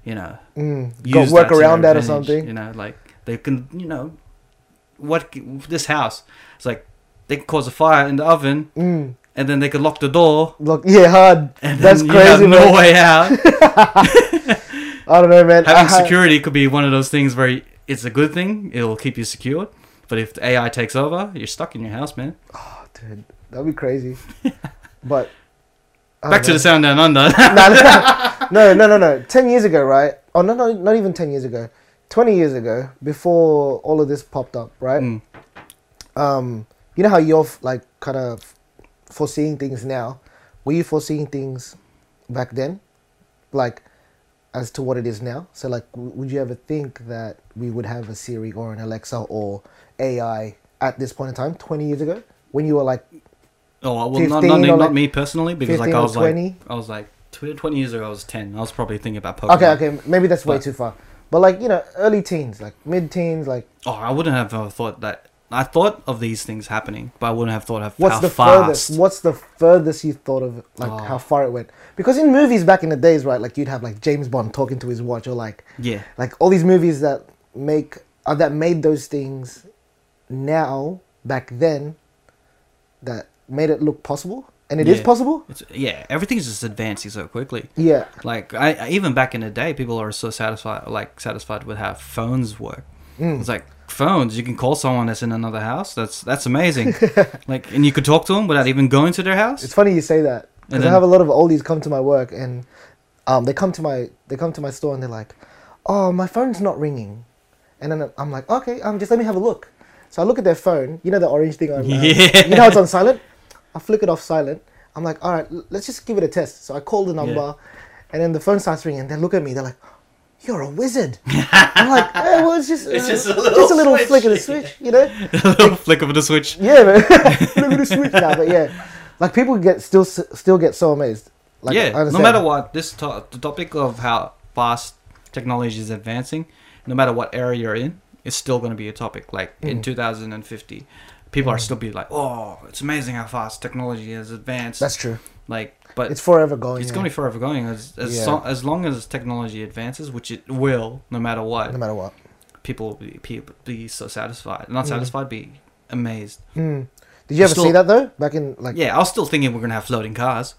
S2: you know,
S3: Mm. Got
S2: use
S3: work
S2: to their
S3: around that or
S2: advantage,
S3: something.
S2: You know, like they can, you know, what c- this house? It's like they can cause a fire in the oven,
S3: Mm.
S2: and then they could lock the door,
S3: Look, yeah, hard.
S2: and
S3: That's
S2: then you
S3: crazy,
S2: have no
S3: man.
S2: way out.
S3: I don't know, man. I
S2: Having
S3: ha-
S2: security could be one of those things where it's a good thing; it'll keep you secure. But if the AI takes over, you're stuck in your house, man.
S3: Oh, dude, that'd be crazy. but I
S2: Back to
S3: don't
S2: the sound down under.
S3: know. no, no, no, no. Ten years ago, right? Oh no, no, not even ten years ago. Twenty years ago, before all of this popped up, right?
S2: Mm.
S3: um, you know how you're f- like kind of foreseeing things now. Were you foreseeing things back then, like as to what it is now? So, like, w- would you ever think that we would have a Siri or an Alexa or AI at this point in time, twenty years ago, when you were like,
S2: Oh well, not,
S3: 15
S2: not,
S3: or
S2: not
S3: like
S2: me personally, because like
S3: 15
S2: I
S3: or
S2: was like
S3: 20?
S2: I was like tw- twenty years ago, I was ten. I was probably thinking about Pokemon.
S3: okay, okay, maybe that's way
S2: But-
S3: too far, but like you know, early teens, like mid teens, like
S2: Oh, I wouldn't have uh, thought that. I thought of these things happening, but I wouldn't have thought of
S3: What's
S2: how
S3: the
S2: fast.
S3: furthest? What's the furthest you thought of, like
S2: Oh.
S3: how far it went? Because in movies back in the days, right, like you'd have like James Bond talking to his watch, or like
S2: Yeah,
S3: like all these movies that make uh, that made those things now back then that made it look possible, and it is
S2: Yeah.
S3: possible.
S2: it's, yeah. Everything's just advancing so quickly.
S3: Yeah,
S2: Like I, I even back in the day, people are so satisfied, like satisfied with how phones work.
S3: Mm.
S2: It's like phones. You can call someone that's in another house. That's that's amazing. like, and you could talk to them without even going to their house.
S3: it's funny you say that because
S2: And
S3: I
S2: then-
S3: have a lot of oldies come to my work, and um, they come to my they come to my store, and they're like, "Oh, my phone's not ringing," and then I'm like, "Okay, um, just let me have a look." So I look at their phone. You know the orange thing on. um,
S2: Yeah.
S3: You know it's on silent. I flick it off silent. I'm like, "All right, l- let's just give it a test." So I call the number, and then the phone starts ringing. And they look at me. They're like. You're a wizard. I'm like, eh, well, it's just,
S2: It's
S3: uh,
S2: just a
S3: just
S2: little
S3: a little
S2: switch."
S3: flick of the switch, you know.
S2: flick of the switch.
S3: Yeah, man. Look at the switch now, but yeah, like people get still still get so amazed. Like, I
S2: yeah, no
S3: understand.
S2: matter what, this to- the topic of how fast technology is advancing, no matter what area you're in, it's still going to be a topic. Like
S3: Mm.
S2: in 2050, people are still be like, "Oh, it's amazing how fast technology has advanced."
S3: That's true.
S2: like, but
S3: It's
S2: it's,
S3: forever going. yeah,
S2: going to be forever going as as,
S3: Yeah.
S2: so- as long as technology advances, which it will, no matter what.
S3: no matter Mm. what.
S2: people will be, people be so satisfied, not satisfied, be amazed.
S3: Mm. Did you ever
S2: Still-
S3: see that though? Back in like,
S2: Yeah, I was still thinking we're going to have floating cars.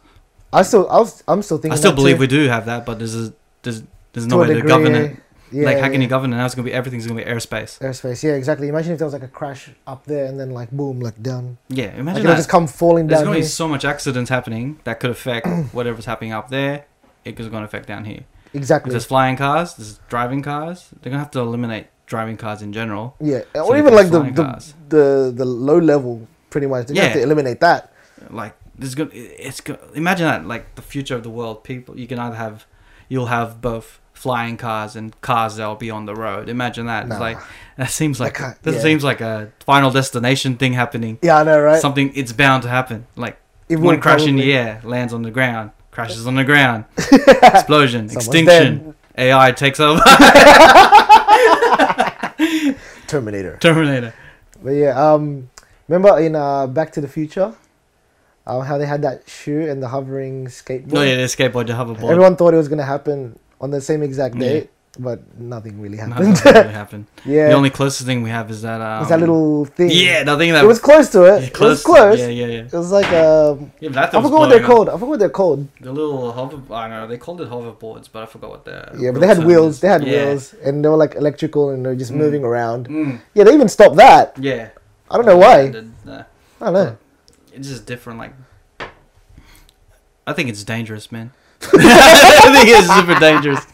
S3: I still, I was, I'm still thinking.
S2: I still
S3: that
S2: believe
S3: too,
S2: we do have that, but there's a, there's there's
S3: to
S2: no
S3: a
S2: way to govern
S3: degree,
S2: it.
S3: Yeah,
S2: like
S3: yeah,
S2: how can
S3: yeah.
S2: you govern it? Now it's gonna be everything's gonna be airspace.
S3: airspace? Yeah, exactly. Imagine if there was like a crash up there and then like boom, like down.
S2: Yeah,
S3: Like
S2: imagine
S3: it'll
S2: that.
S3: just come falling
S2: There's
S3: down.
S2: gonna be
S3: Here.
S2: so much accidents happening that could affect whatever's happening up there. It's gonna affect down here. If
S3: Exactly.
S2: there's flying cars, there's driving cars. They're gonna have to eliminate driving cars in general.
S3: Yeah,
S2: so
S3: or
S2: you
S3: even
S2: can
S3: like the
S2: fly
S3: the,
S2: cars.
S3: the the low level, pretty much. They have
S2: Yeah.
S3: to eliminate that.
S2: Like there's gonna it's gonna imagine that like the future of the world. People you can either have you'll have both flying cars and cars that'll be on the road. Imagine that.
S3: Nah.
S2: It's like that seems like
S3: can't-
S2: that
S3: yeah.
S2: seems like a final destination thing happening.
S3: Yeah, I know, right?
S2: Something it's bound to happen. Like
S3: It
S2: One
S3: would
S2: crash in
S3: probably-
S2: the air, lands on the ground, crashes on the ground, explosion,
S3: Someone's
S2: extinction. AI takes over.
S3: Terminator.
S2: Terminator.
S3: But yeah, um, Remember in uh, Back to the Future, uh, how they had that shoe and the hovering skateboard.
S2: No, yeah, the skateboard, the hoverboard.
S3: Everyone thought it was gonna happen on the same exact date, but nothing really
S2: No,
S3: happened.
S2: that doesn't really happen.
S3: yeah,
S2: The only closest thing we have is that. Um,
S3: it was that little thing.
S2: Yeah, the thing that
S3: it was close to it.
S2: yeah,
S3: Uh, It was close.
S2: Yeah, yeah, yeah.
S3: It was like um,
S2: yeah but that thing was
S3: I forgot what they're
S2: blowing up.
S3: called. I forgot what they're called.
S2: The little hover. I don't know. They called it hoverboards, but I forgot what they're.
S3: Yeah, but they had wheels. They had
S2: yeah.
S3: wheels, and they were like electrical, and they were just moving around.
S2: Mm,
S3: Yeah, they even stopped that.
S2: yeah.
S3: I don't know why.
S2: Nah,
S3: I don't know.
S2: it's just different. Like, I think it's dangerous, man. I think it's super dangerous.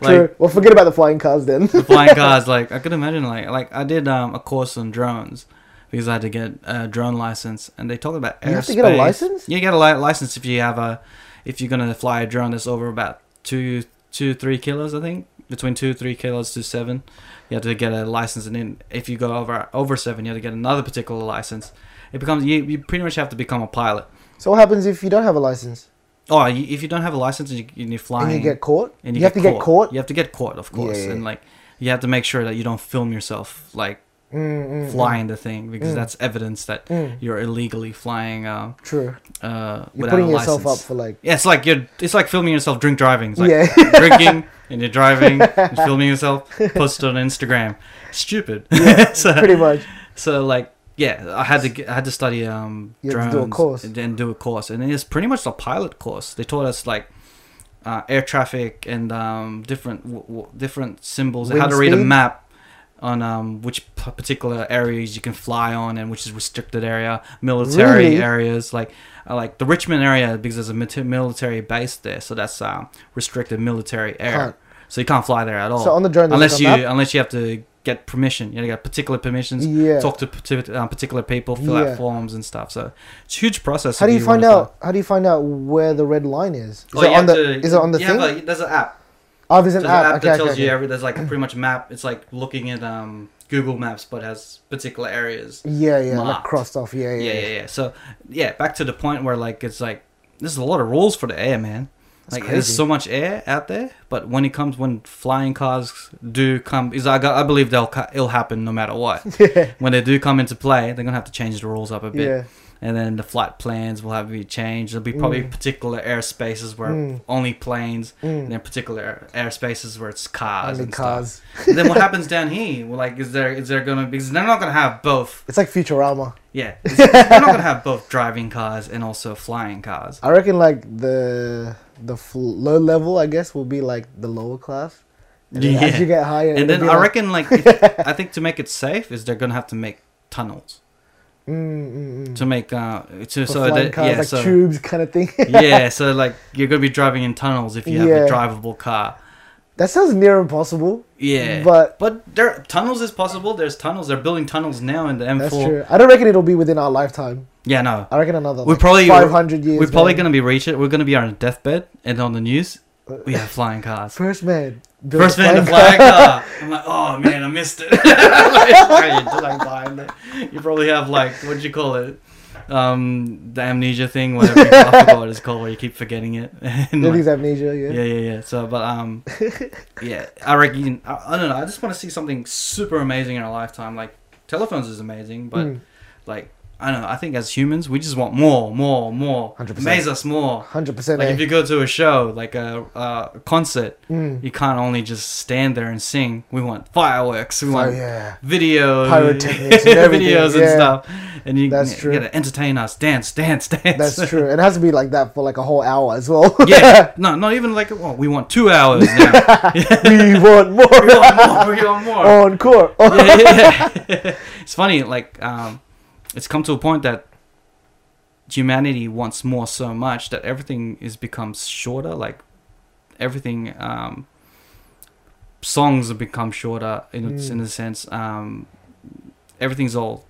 S2: Like
S3: True. Well, forget about the flying cars then.
S2: the flying cars. Like I could imagine. Like like I did um, a course on drones because I had to get a drone license, and they talk about airspace.
S3: You have to get a license?
S2: You get a li- license if you have a if you're gonna fly a drone that's over about two two three kilos, I think. Between two three kilos to seven, you have to get a license, and then if you go over over seven, you have to get another particular license. It becomes you, you pretty much have to become a pilot.
S3: so what happens if you don't have a license
S2: Oh, you, if you don't have a license and, you, and you're flying,
S3: and you get caught?
S2: and
S3: you, have to get caught.
S2: You have to get caught, of course,
S3: Yeah.
S2: and like you have to make sure that you don't film yourself like
S3: Mm, mm, mm.
S2: flying the thing because
S3: Mm.
S2: that's evidence that
S3: Mm.
S2: you're illegally flying uh,
S3: True.
S2: uh,
S3: You're
S2: without
S3: putting
S2: a
S3: yourself up
S2: license.
S3: for like.
S2: Yeah, it's like you're. It's like filming yourself drink driving. It's like
S3: yeah.
S2: drinking and you're driving, and filming yourself, post it on Instagram. Stupid. so,
S3: pretty much.
S2: so like yeah, I had to get, I had to study um
S3: You had to do a
S2: drones
S3: course.
S2: and then do a course, and it's pretty much a pilot course. They taught us like. Uh, air traffic and um, different w- w- different symbols, and how
S3: Wind
S2: to read a
S3: speed?
S2: map on um, which p- particular areas you can fly on and which is restricted area, military
S3: Really?
S2: areas like uh, like the Richmond area because there's a miti- military base there, so that's um, restricted military air.
S3: Can't-
S2: So you can't fly there at all
S3: So on the drone, there's
S2: unless you
S3: like a map?
S2: unless you have to get permission. You, know, you got particular permissions.
S3: Yeah.
S2: Talk to, to um, particular people, fill
S3: Yeah.
S2: out forms and stuff. So it's a huge process.
S3: How
S2: if
S3: do you
S2: wanna
S3: find
S2: fly.
S3: out? How do you find out where the red line is? Is
S2: Oh,
S3: it
S2: you
S3: on the?
S2: have to-
S3: is it on the
S2: you
S3: thing?
S2: Have a, there's an app.
S3: oh, there's an
S2: There's
S3: app.
S2: an app
S3: okay,
S2: that
S3: okay,
S2: tells you
S3: okay.
S2: every. There's like pretty much a map. It's like looking at um, Google Maps, but has particular areas.
S3: Yeah, yeah, like
S2: marked.
S3: crossed off. Yeah,
S2: Yeah,
S3: yeah,
S2: yeah, yeah. So yeah, back to the point where like it's like there's a lot of rules for the air, man. like
S3: crazy.
S2: there's so much air out there, but when it comes when flying cars do come, is I, got- I believe they'll ca- it'll happen no matter what.
S3: yeah.
S2: when they do come into play, they're gonna have to change the rules up a bit,
S3: yeah.
S2: and then the flight plans will have to be changed. There'll be probably
S3: Mm.
S2: particular airspaces where
S3: Mm.
S2: only planes, and
S3: Mm.
S2: then particular airspaces where it's cars
S3: Only
S2: and
S3: cars.
S2: stuff. And then what happens down here? Well, like, is there is there gonna because they're not gonna have both.
S3: It's like Futurama.
S2: Yeah, it's- they're not gonna have both driving cars and also flying cars.
S3: I reckon like the the fl- low level, I guess, will be like the lower class. And then
S2: Yeah.
S3: As you get higher,
S2: And
S3: it'll
S2: then
S3: be
S2: I
S3: like-
S2: reckon like if, I think to make it safe is they're gonna have to make tunnels
S3: Mm, mm, mm.
S2: to make uh to
S3: For
S2: so
S3: flying
S2: that
S3: cars,
S2: yeah
S3: like
S2: so.
S3: tubes kind of thing.
S2: yeah, so like you're gonna be driving in tunnels if you have
S3: Yeah.
S2: a drivable car.
S3: that sounds near impossible.
S2: Yeah,
S3: But-
S2: but there tunnels is possible. There's tunnels. They're building tunnels now in the M4.
S3: That's true. I don't reckon it'll be within our lifetime.
S2: Yeah, no,
S3: I reckon another.
S2: We're
S3: like,
S2: probably-
S3: 500 years.
S2: we're probably
S3: man.
S2: gonna be reaching. We're gonna be on a deathbed and on the news. We have flying cars.
S3: First man. built
S2: First man to
S3: flying
S2: fly a car. I'm like, oh man, I missed it. like, sorry, you're just, like, blind. You probably have like what do you call it? Um, the amnesia thing, whatever you I forgot what it's called, where you keep forgetting it. And,
S3: Yeah,
S2: like,
S3: these amnesia, yeah.
S2: yeah, yeah, yeah. So, but um, yeah, I reckon I, I don't know. I just want to see something super amazing in our lifetime. Like telephones is amazing, but
S3: Mm.
S2: like I don't know. I think as humans, we just want more, more, more.
S3: 100%.
S2: Amaze us more.
S3: 100%.
S2: Like
S3: eh?
S2: if you go to a show, like a, a concert,
S3: Mm.
S2: you can't only just stand there and sing. We want fireworks. We
S3: Oh,
S2: want
S3: yeah.
S2: videos,
S3: Pyrotechnics and everything,
S2: videos and
S3: yeah.
S2: stuff. And you,
S3: That's
S2: you
S3: true.
S2: gotta entertain us, dance, dance, dance.
S3: That's true. It has to be like that for like a whole hour as well.
S2: yeah, no, not even like well, we want two hours now.
S3: we want
S2: we want
S3: more.
S2: more. We want more.
S3: Encore. Oh,
S2: Yeah, yeah, yeah. it's funny. Like, um, it's come to a point that humanity wants more so much that everything is becomes shorter. Like, everything. Um, songs have become shorter in
S3: Mm.
S2: in a sense. Um, everything's all.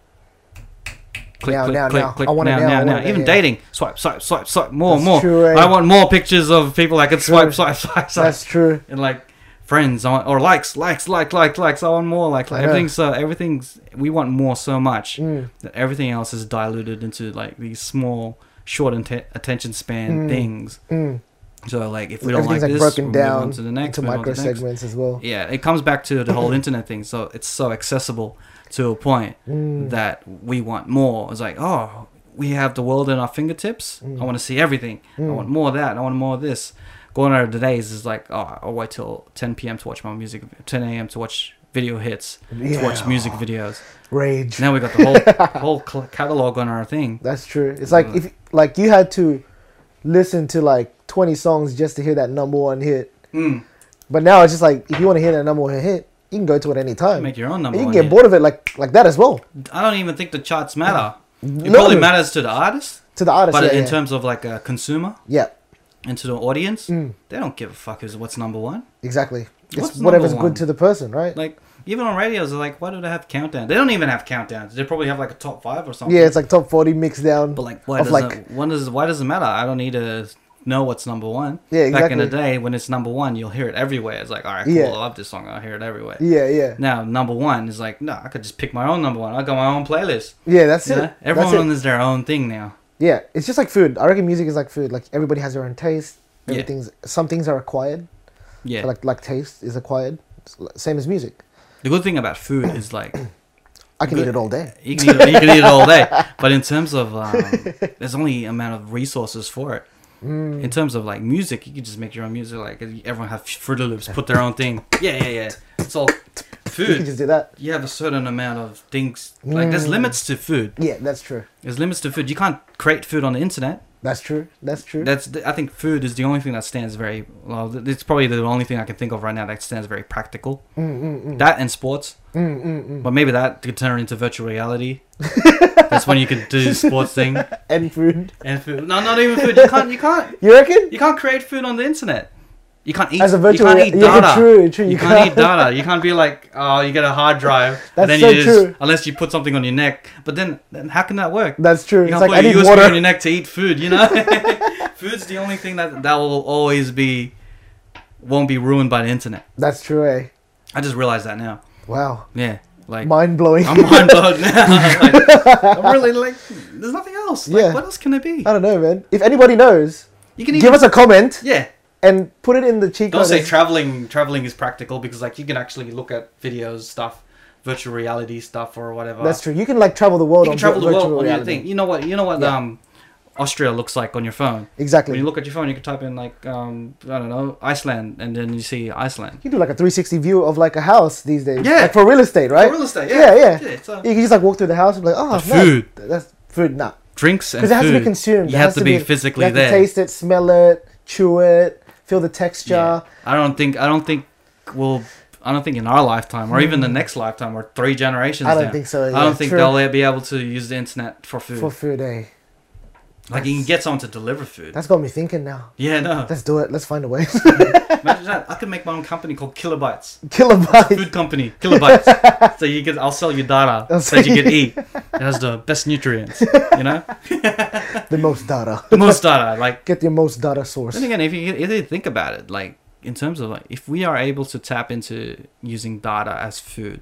S2: Click,
S3: Now,
S2: click,
S3: now,
S2: click,
S3: now.
S2: click,
S3: I want it
S2: now,
S3: now, I
S2: now,
S3: want
S2: now.
S3: it now,
S2: Even
S3: yeah.
S2: dating, swipe, swipe, swipe, swipe, more,
S3: That's
S2: more.
S3: true, eh?
S2: I want more pictures of people I can
S3: True.
S2: swipe, swipe, swipe, swipe
S3: That's true.
S2: and like friends I want, or likes likes like like likes i want more like, like
S3: Yeah.
S2: everything's so everything's we want more so much
S3: Mm.
S2: that everything else is diluted into like these small short atten- attention span
S3: Mm.
S2: things
S3: Mm.
S2: So like if we don't like
S3: Everything's like,
S2: this, we
S3: broken
S2: move on
S3: down
S2: to the next,
S3: into
S2: move on to
S3: micro
S2: the next.
S3: segments as well.
S2: Yeah, it comes back to the whole internet thing. So it's so accessible to a point
S3: Mm.
S2: that we want more. It's like, oh, we have the world in our fingertips.
S3: Mm.
S2: I want to see everything. I want more of that. I want more of this. Going out of the days is like, oh, I'll wait till 10 p.m. to watch my music, 10 a.m. to watch video hits, to watch
S3: Yeah.
S2: music videos.
S3: Rage.
S2: Now we got the whole whole cl- catalog on our thing.
S3: That's true. It's
S2: Uh,
S3: like if like you had to listen to like 20 songs just to hear that number one hit.
S2: Mm.
S3: But now it's just like if you want to hear that number one hit, you can go to it any time.
S2: Make your own
S3: And
S2: number
S3: you can
S2: one.
S3: get
S2: hit.
S3: bored of it like like that as well.
S2: I don't even think the charts matter. It
S3: No.
S2: probably matters to the artist,
S3: To the artist,
S2: but
S3: yeah,
S2: in
S3: yeah.
S2: terms of like a consumer
S3: yeah,
S2: and to the audience,
S3: Mm.
S2: they don't give a fuck who's what's number one.
S3: exactly. It's
S2: What's
S3: whatever's
S2: number one?
S3: good to the person, right?
S2: Like even on radios, they're like, why do they have countdowns? They don't even have countdowns. They probably have like a top five or something.
S3: yeah, it's like top 40 mixed down.
S2: but like why
S3: of
S2: does
S3: like-
S2: it, why does why does it matter? I don't need to know what's number one.
S3: Yeah,
S2: Back in the
S3: exactly.
S2: day, when it's number one, you'll hear it everywhere. It's like, all right, cool,
S3: Yeah.
S2: I love this song. I'll hear it everywhere.
S3: yeah, yeah,
S2: Now number one is like, no, I could just pick my own number one. I got my own playlist.
S3: yeah. That's
S2: Yeah?
S3: it.
S2: Everyone
S3: that's it.
S2: is their own thing now.
S3: Yeah, it's just like food. I reckon music is like food. Like everybody has their own taste.
S2: Yeah.
S3: Everything's some things are acquired.
S2: Yeah.
S3: Like like taste is acquired. It's li- Same as music.
S2: the good thing about food is like
S3: I can
S2: Good.
S3: eat it all day.
S2: You can, eat, you can eat it all day, but in terms of um, there's only amount of resources for it.
S3: Hmm.
S2: In terms of like music, you can just make your own music. Like everyone have Fruity Loops, put their own thing. Yeah, yeah, yeah. It's all
S3: You can
S2: food.
S3: just Hmm. do that.
S2: You have a certain amount of things. Like there's limits to food.
S3: Yeah, that's true.
S2: There's limits to food. You can't create food on the internet.
S3: That's true. That's true.
S2: That's the- I think food is the only thing that stands very. Well, th- it's probably the only thing I can think of right now that stands very practical.
S3: mm, mm, mm,
S2: That and sports.
S3: mm, mm, mm.
S2: But maybe that could turn into virtual reality. That's when you could do sports thing
S3: And food.
S2: and food. No, not even food. You can't. You can't.
S3: You reckon?
S2: You can't create food on the internet. You can't eat.
S3: As a virtual
S2: you can't eat
S3: rea- yeah,
S2: data.
S3: true, true,
S2: You,
S3: you
S2: can't, eat
S3: can't.
S2: data. You can't be like, oh, you get a hard drive.
S3: That's
S2: then
S3: so
S2: you
S3: true.
S2: Unless you put something on your neck. But then, then how can that work?
S3: That's true.
S2: you
S3: It's
S2: can't put
S3: like I
S2: a
S3: need
S2: USB on your
S3: water.
S2: neck to eat food. You know, food's the only thing that that will always be, won't be ruined by the internet.
S3: That's true. Eh?
S2: I just realized that now.
S3: Wow.
S2: Yeah, like
S3: Mind blowing.
S2: I'm mind blown now. Like, I'm really like, there's nothing else. Like,
S3: Yeah.
S2: What else can it be?
S3: I don't know, man. If anybody knows,
S2: You can even
S3: give us a comment
S2: yeah.
S3: and put it in the cheat
S2: Don't
S3: code.
S2: say traveling. Traveling is practical because like you can actually look at videos, stuff, virtual reality stuff, or whatever.
S3: That's true. You can like travel the world
S2: You can
S3: on
S2: travel the
S3: vir-
S2: world
S3: virtual
S2: on your
S3: reality.
S2: thing. You know what? You know what?
S3: Yeah.
S2: Um, Austria looks like on your phone. When
S3: Exactly.
S2: you look at your phone, you can type in like um, I don't know, Iceland, and then you see Iceland.
S3: You do like a 360 view of like a house these days.
S2: Yeah.
S3: Like for real estate,
S2: For
S3: right?
S2: real estate.
S3: Yeah,
S2: Yeah,
S3: yeah. uh,
S2: so-
S3: You can just like walk through the house and be like, oh,
S2: The
S3: no,
S2: food.
S3: th- that's food, nah.
S2: Drinks and
S3: Because it has
S2: food.
S3: to be consumed.
S2: You
S3: It
S2: have
S3: has
S2: to be
S3: you
S2: physically
S3: have to
S2: there.
S3: taste it, smell it, chew it, feel the texture.
S2: Yeah. I don't think I don't think we'll I don't think in our lifetime or even the next lifetime or three generations.
S3: Hmm. I don't
S2: down,
S3: think so,
S2: I
S3: yeah,
S2: don't think
S3: true.
S2: they'll be able to use the internet for food.
S3: for food, eh?
S2: like you can get someone to deliver food.
S3: That's got me thinking now.
S2: Yeah, no.
S3: Let's do it. Let's find a way.
S2: Imagine that. I could make my own company called Kilobytes.
S3: Kilobyte.
S2: Food company, Kilobytes. so you get I'll sell you data
S3: I'll
S2: that you
S3: sell
S2: can eat. It has the best nutrients. You know?
S3: the most data.
S2: The most data. Like
S3: Get your most data source.
S2: Then again, if you if you think about it, like in terms of like if we are able to tap into using data as food,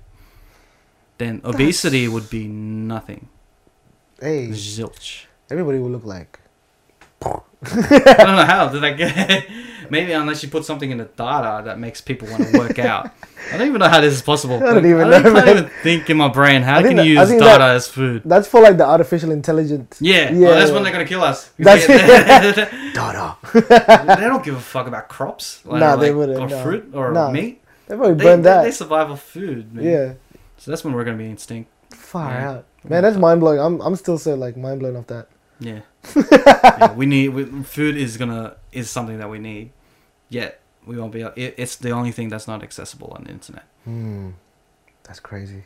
S2: then obesity would be nothing.
S3: Hey,
S2: Zilch.
S3: everybody will look like.
S2: I don't know how did I get. Maybe unless you put something in the data that makes people want to work out. I don't even know how this is possible.
S3: I don't even
S2: I
S3: know,
S2: can't
S3: man.
S2: even think in my brain how
S3: I
S2: can
S3: think
S2: you
S3: that- I
S2: use
S3: think
S2: data
S3: that-
S2: as food.
S3: That's for like the artificial intelligence.
S2: Yeah,
S3: Yeah.
S2: well, that's when they're gonna kill us.
S3: That's-
S2: they,
S3: Data.
S2: don't give a fuck about crops, like,
S3: Nah,
S2: or,
S3: they
S2: like-
S3: wouldn't,
S2: or
S3: no.
S2: fruit or
S3: Nah.
S2: meat.
S3: They probably
S2: They,
S3: burned
S2: they,
S3: that.
S2: they survive off food. Man.
S3: yeah.
S2: So that's when we're gonna be extinct.
S3: Far
S2: Yeah.
S3: out. Man, that's mind blowing. I'm, I'm still so like mind blown off that.
S2: Yeah. Yeah, we need we, food is gonna is something that we need. Yet we won't be. It, it's the only thing that's not accessible on the internet.
S3: Hmm. That's crazy.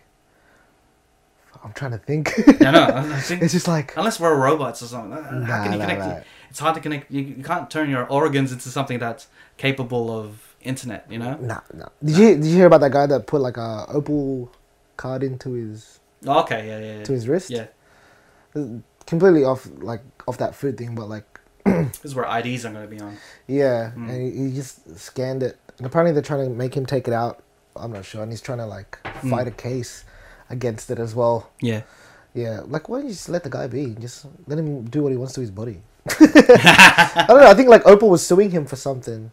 S3: I'm trying to think.
S2: Yeah, no, I think
S3: it's just like.
S2: unless we're robots or something, Uh, how can
S3: Nah,
S2: you
S3: nah,
S2: connect?
S3: nah.
S2: It's hard to connect. You, you can't turn your organs into something that's capable of internet. You know.
S3: Nah, nah. Did you did you hear about that guy that put like a Opal card into his
S2: Okay. Yeah. Yeah. Yeah.
S3: to his wrist?
S2: yeah.
S3: Completely off like off that food thing, but like
S2: This is where IDs are gonna be on.
S3: yeah,
S2: Mm.
S3: and he, he just scanned it. And apparently they're trying to make him take it out. I'm not sure, and he's trying to like
S2: Hmm.
S3: fight a case against it as well.
S2: Yeah.
S3: Yeah, like why don't you just let the guy be? Just let him do what he wants to his body. I don't know. I think like Opal was suing him for something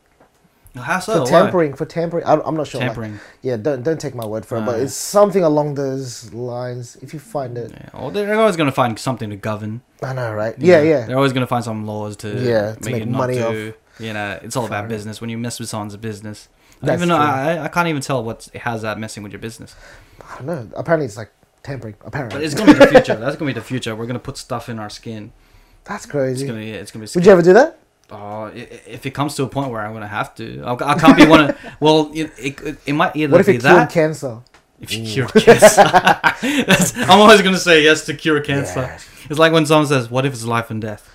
S2: How so?
S3: for
S2: Oh, Why?
S3: tampering for tampering. I, I'm not sure. like-
S2: Tampering.
S3: yeah, don't don't take my word for it,
S2: Ah,
S3: but
S2: yeah.
S3: it's something along those lines. If you find it,
S2: Yeah, well, they're always going to find something to govern.
S3: I know, right? Yeah, yeah.
S2: They're always going to find some laws to
S3: Yeah, to make
S2: not
S3: money
S2: do- You know, it's all about
S3: Fair.
S2: business. When you mess with someone's business, I don't
S3: That's
S2: even know.
S3: true.
S2: I, I can't even tell what how's that messing with your business.
S3: I don't know. Apparently, it's like tampering. Apparently,
S2: But it's gonna be the future. That's gonna be the future. We're gonna put stuff in our skin.
S3: that's
S2: It's
S3: crazy.
S2: gonna. Yeah, it's gonna be.
S3: Would you ever do that?
S2: Oh, i- i- if it comes to a point where I'm gonna have to, I I can't be one of. Well, it, it, it might either
S3: What if
S2: be
S3: it cured
S2: that.
S3: cancer?
S2: if you cure cancer, That's- I'm always gonna say yes to cure cancer.
S3: Yeah.
S2: It's like when someone says, "What if it's life and death?"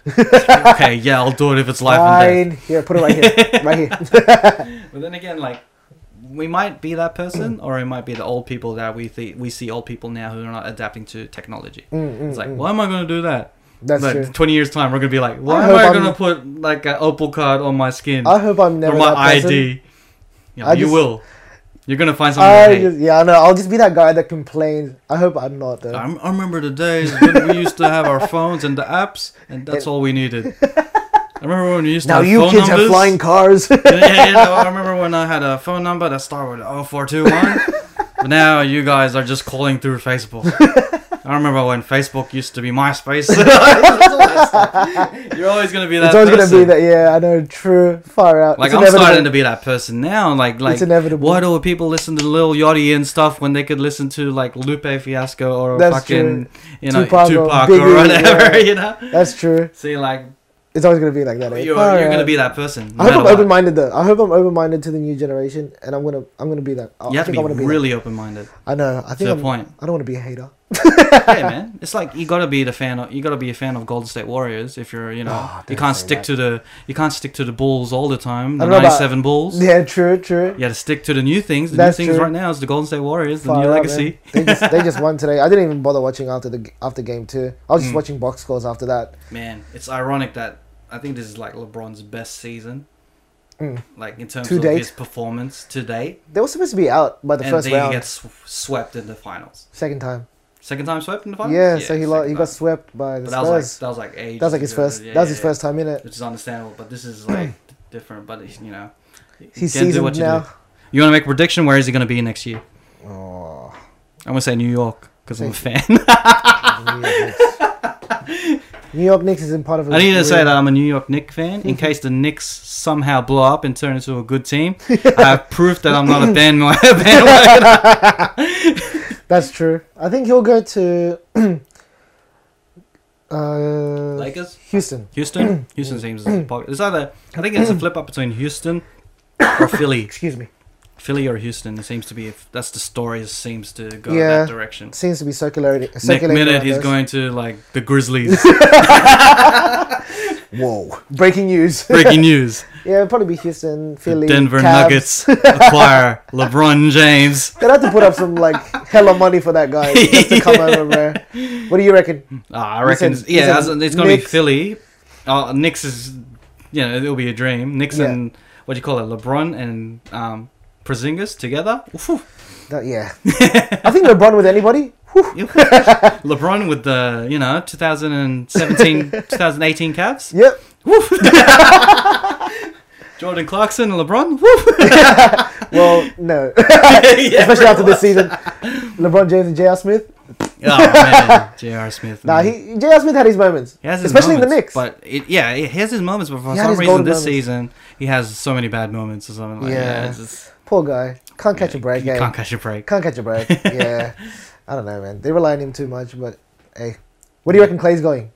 S2: okay, yeah, I'll do it if it's life and death.
S3: Fine. Here, put it right here. right here.
S2: But then again, like we might be that person, or it might be the old people that we th- we see old people now who are not adapting to technology.
S3: Mm, mm,
S2: it's like,
S3: mm.
S2: why am I going to do that?
S3: That's
S2: like,
S3: true.
S2: Twenty years time, we're going to be like, why am
S3: hope
S2: I
S3: I'm-
S2: going to put like an Opal card on my skin
S3: I hope I'm
S2: or
S3: never
S2: my
S3: that person.
S2: ID? You, know,
S3: I
S2: you
S3: just-
S2: will. You're going to find something. to
S3: I
S2: hate.
S3: just, yeah, I know. I'll just be that guy that complains. I hope I'm not though.
S2: I, rem- I remember the days when we used to have our phones and the apps, and that's all we needed. I remember when we used to
S3: now
S2: have
S3: you
S2: phone
S3: kids
S2: numbers.
S3: have flying cars.
S2: yeah, yeah, yeah. no, I remember when I had a phone number that started with 0421. but now you guys are just calling through Facebook. I remember when Facebook used to be MySpace. You're always gonna be that.
S3: it's always
S2: person.
S3: gonna be that. Yeah, I know. True. Far out.
S2: Like
S3: it's
S2: I'm
S3: inevitable.
S2: starting to be that person now. Like like
S3: It's inevitable.
S2: why do people listen to Lil Yachty and stuff when they could listen to like Lupe Fiasco or
S3: That's
S2: fucking
S3: true.
S2: you know
S3: Tupac
S2: Tupac,
S3: or
S2: or
S3: Biggie,
S2: whatever?
S3: yeah.
S2: You know.
S3: That's true.
S2: See like
S3: It's always gonna be like that.
S2: you're,
S3: eh?
S2: you're
S3: Far
S2: gonna
S3: out.
S2: be that person. no
S3: I hope
S2: matter
S3: I'm
S2: what.
S3: open-minded though. I hope I'm open-minded to the new generation, and I'm gonna I'm gonna be that. I,
S2: You have to
S3: I think
S2: be
S3: I wanna be that.
S2: really open-minded.
S3: I know. I
S2: To
S3: think
S2: the
S3: I'm,
S2: point.
S3: I don't want to be a hater.
S2: yeah, man. It's like you gotta be the fan. Of, you gotta be a fan of Golden State Warriors if you're, you know,
S3: Oh,
S2: you
S3: don't
S2: can't
S3: say
S2: stick
S3: that.
S2: to the you can't stick to the Bulls all the time. The
S3: I don't know about-
S2: '97 Bulls.
S3: Yeah, true, true.
S2: You got to stick to the new things. The
S3: That's
S2: new things
S3: true.
S2: right now is the Golden State Warriors, the
S3: Far
S2: new
S3: out,
S2: legacy.
S3: man. They just, they just won today. I didn't even bother watching after the after game two. I was just
S2: Mm.
S3: watching box scores after that.
S2: Man, it's ironic that I think this is like LeBron's best season,
S3: Mm.
S2: like in terms
S3: To
S2: of
S3: date.
S2: his performance to date,
S3: They were supposed to be out by the
S2: and
S3: first
S2: then
S3: round.
S2: he gets sw- swept in the finals.
S3: Second time.
S2: Second time swept in the finals.
S3: Yeah, so he lo-
S2: second
S3: he got
S2: time.
S3: swept by the
S2: But that was
S3: Spurs.
S2: like that was like ages
S3: That was like his
S2: ago.
S3: first.
S2: Yeah,
S3: That
S2: yeah,
S3: was his
S2: yeah.
S3: first time in it.
S2: which is understandable. But this is like different. But it's, you know, you
S3: He's
S2: can't do
S3: seasoned
S2: what you
S3: now.
S2: do. You want to make a prediction? Where is he going to be next year?
S3: Oh,
S2: I'm gonna say New York because I'm a fan.
S3: New York Knicks. New York Knicks is in part of. a
S2: I need to say
S3: real-
S2: that I'm a New York Knicks fan.
S3: Mm-hmm.
S2: In case the Knicks somehow blow up and turn into a good team, I have proof that I'm not a bandwagon. bandwagon.
S3: That's true. I think he'll go to. uh,
S2: Lakers?
S3: Houston.
S2: Houston, Houston seems popular. It's either I think it's a flip up between Houston or Philly.
S3: Excuse me.
S2: Philly or Houston. It seems to be that's the story. Seems to go
S3: Yeah.
S2: that direction.
S3: Seems to be circulating.
S2: Next
S3: circulating
S2: minute
S3: around
S2: he's
S3: us.
S2: going to like the Grizzlies.
S3: Whoa! Breaking news.
S2: Breaking news.
S3: yeah, it'll probably be Houston, Philly,
S2: Denver
S3: Cavs.
S2: Nuggets acquire LeBron James.
S3: They'd have to put up some like hella money for that guy just to come over, bro. What do you reckon?
S2: Ah, I reckon.
S3: said- you
S2: yeah,
S3: said
S2: that's- it's gonna be
S3: Knicks.
S2: Philly. Uh, Knicks is, you know, it'll be a dream. Knicks
S3: Yeah.
S2: and what do you call it, LeBron and um, Porzingis together. Oof, oof.
S3: That- yeah, I think LeBron with anybody.
S2: LeBron with the you know 2017, 2018 Cavs.
S3: Yep.
S2: Woof. Jordan Clarkson and LeBron. Woof.
S3: Well, no,
S2: yeah,
S3: especially after this season, LeBron James and J.R. Smith.
S2: Oh man, J.R. Smith.
S3: Nah,
S2: man.
S3: he J.R. Smith had his moments,
S2: He has his
S3: especially in the Knicks.
S2: moments, But it, yeah, he has his moments. But for
S3: He had
S2: some
S3: his
S2: reason,
S3: golden
S2: this
S3: moments.
S2: season he has so many bad moments or something like
S3: Yeah.
S2: that. it's just-
S3: Poor guy, can't catch
S2: Yeah,
S3: a break.
S2: You
S3: eh?
S2: can't catch a break.
S3: Can't catch a break. yeah. I don't know, man. They rely on him too much, but hey. What do you reckon Clay's going?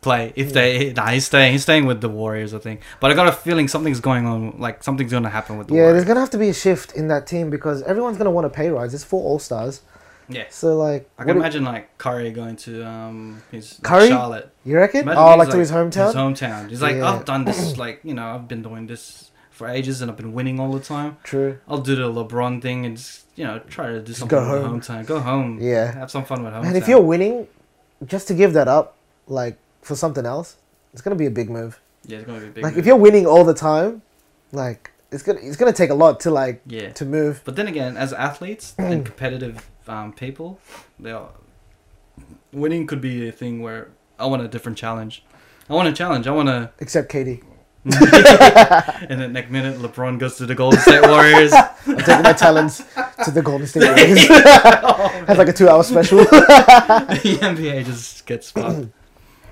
S2: Play if they. Nah, he's staying. He's staying with the Warriors, I think. But I got a feeling something's going on. Like something's going to happen with the
S3: Yeah, there's
S2: Warriors.
S3: going to have to be a shift in that team because everyone's going to want a pay rise. It's four All Stars.
S2: Yes,
S3: So, like,
S2: I can
S3: what do-
S2: imagine like Curry going to um his like,
S3: Curry?
S2: Charlotte.
S3: you reckon?
S2: Imagine
S3: Oh,
S2: he's,
S3: like to his hometown?
S2: His hometown. He's like,
S3: Yeah.
S2: I've done this. Like you know, I've been doing this for ages, and I've been winning all the time.
S3: True.
S2: I'll do the LeBron thing and just you know try to do something
S3: go
S2: with the
S3: home.
S2: hometown. Go home.
S3: Yeah.
S2: Have some fun with hometown.
S3: Man, if you're winning, just to give that up, like, for something else, it's going to be a big move.
S2: yeah, it's gonna be a big.
S3: like,
S2: move.
S3: if you're winning all the time, like, it's going to it's gonna take a lot to, like,
S2: yeah.
S3: to move.
S2: But then again, as athletes
S3: Mm.
S2: and competitive um, people, they are winning could be a thing where I want a different challenge. I want a challenge. I want to
S3: Except KD.
S2: And then next minute, LeBron goes to the Golden State Warriors.
S3: I'm taking my talents to the Golden State Warriors.
S2: Oh,
S3: Have like a two-hour special.
S2: the NBA just gets fucked.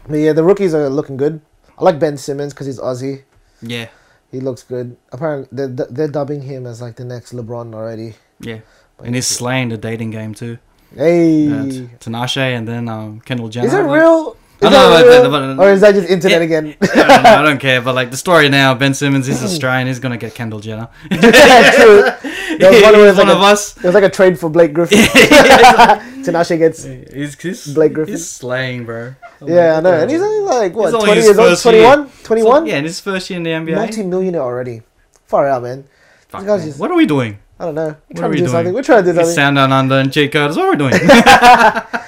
S3: But yeah, the rookies are looking good. I like Ben Simmons because he's Aussie.
S2: Yeah,
S3: He looks good. Apparently, they're, they're dubbing him as like the next LeBron already.
S2: yeah. And he's slaying the dating game too.
S3: Hey,
S2: Uh, T- Tinashe and then um, Kendall Jenner.
S3: is it
S2: I think.
S3: real?
S2: I
S3: Is
S2: know,
S3: that
S2: but-
S3: real?
S2: but- but-
S3: or is that just internet again?
S2: I don't, know, I don't care, but like the story now, Ben Simmons is Australian. He's gonna get Kendall Jenner.
S3: True. There was
S2: He's
S3: one where it's
S2: one
S3: like
S2: of
S3: a-
S2: us.
S3: It was like a trade for Blake Griffin. Tinashe gets.
S2: He's, he's,
S3: Blake Griffin.
S2: He's slaying, bro. I'm
S3: Yeah,
S2: like,
S3: I know. And he's only like, what,
S2: It's only
S3: 20
S2: his
S3: years old?
S2: first year.
S3: 21? 21?
S2: Yeah, in his first year in the NBA.
S3: Multi-millionaire already. Far out, man.
S2: Fuck,
S3: This guy's
S2: man.
S3: just-
S2: What are we doing?
S3: I don't know. We're
S2: What are
S3: trying
S2: we
S3: to do
S2: doing?
S3: something. We're trying to do
S2: It's
S3: something.
S2: Sound Down Under and cheat codes. What are we doing?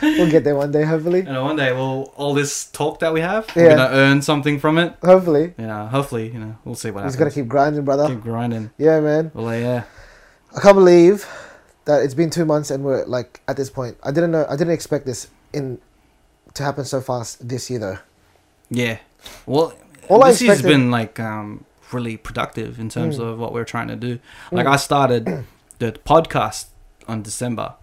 S3: We'll get there one day, hopefully.
S2: you know, one day we'll all this talk that we have,
S3: Yeah.
S2: we're gonna earn something from it.
S3: Hopefully.
S2: You know, hopefully, you know, we'll see what
S3: He's
S2: happens.
S3: got to keep grinding, brother.
S2: keep grinding.
S3: Yeah, man.
S2: Well, yeah,
S3: I can't believe that it's been two months and we're like at this point. I didn't know. I didn't expect this in to happen so fast this year, though.
S2: yeah. Well,
S3: All I
S2: this year's
S3: expected- Hmm.
S2: been like um, really productive in terms of what we're trying to do. Like I started the podcast on December,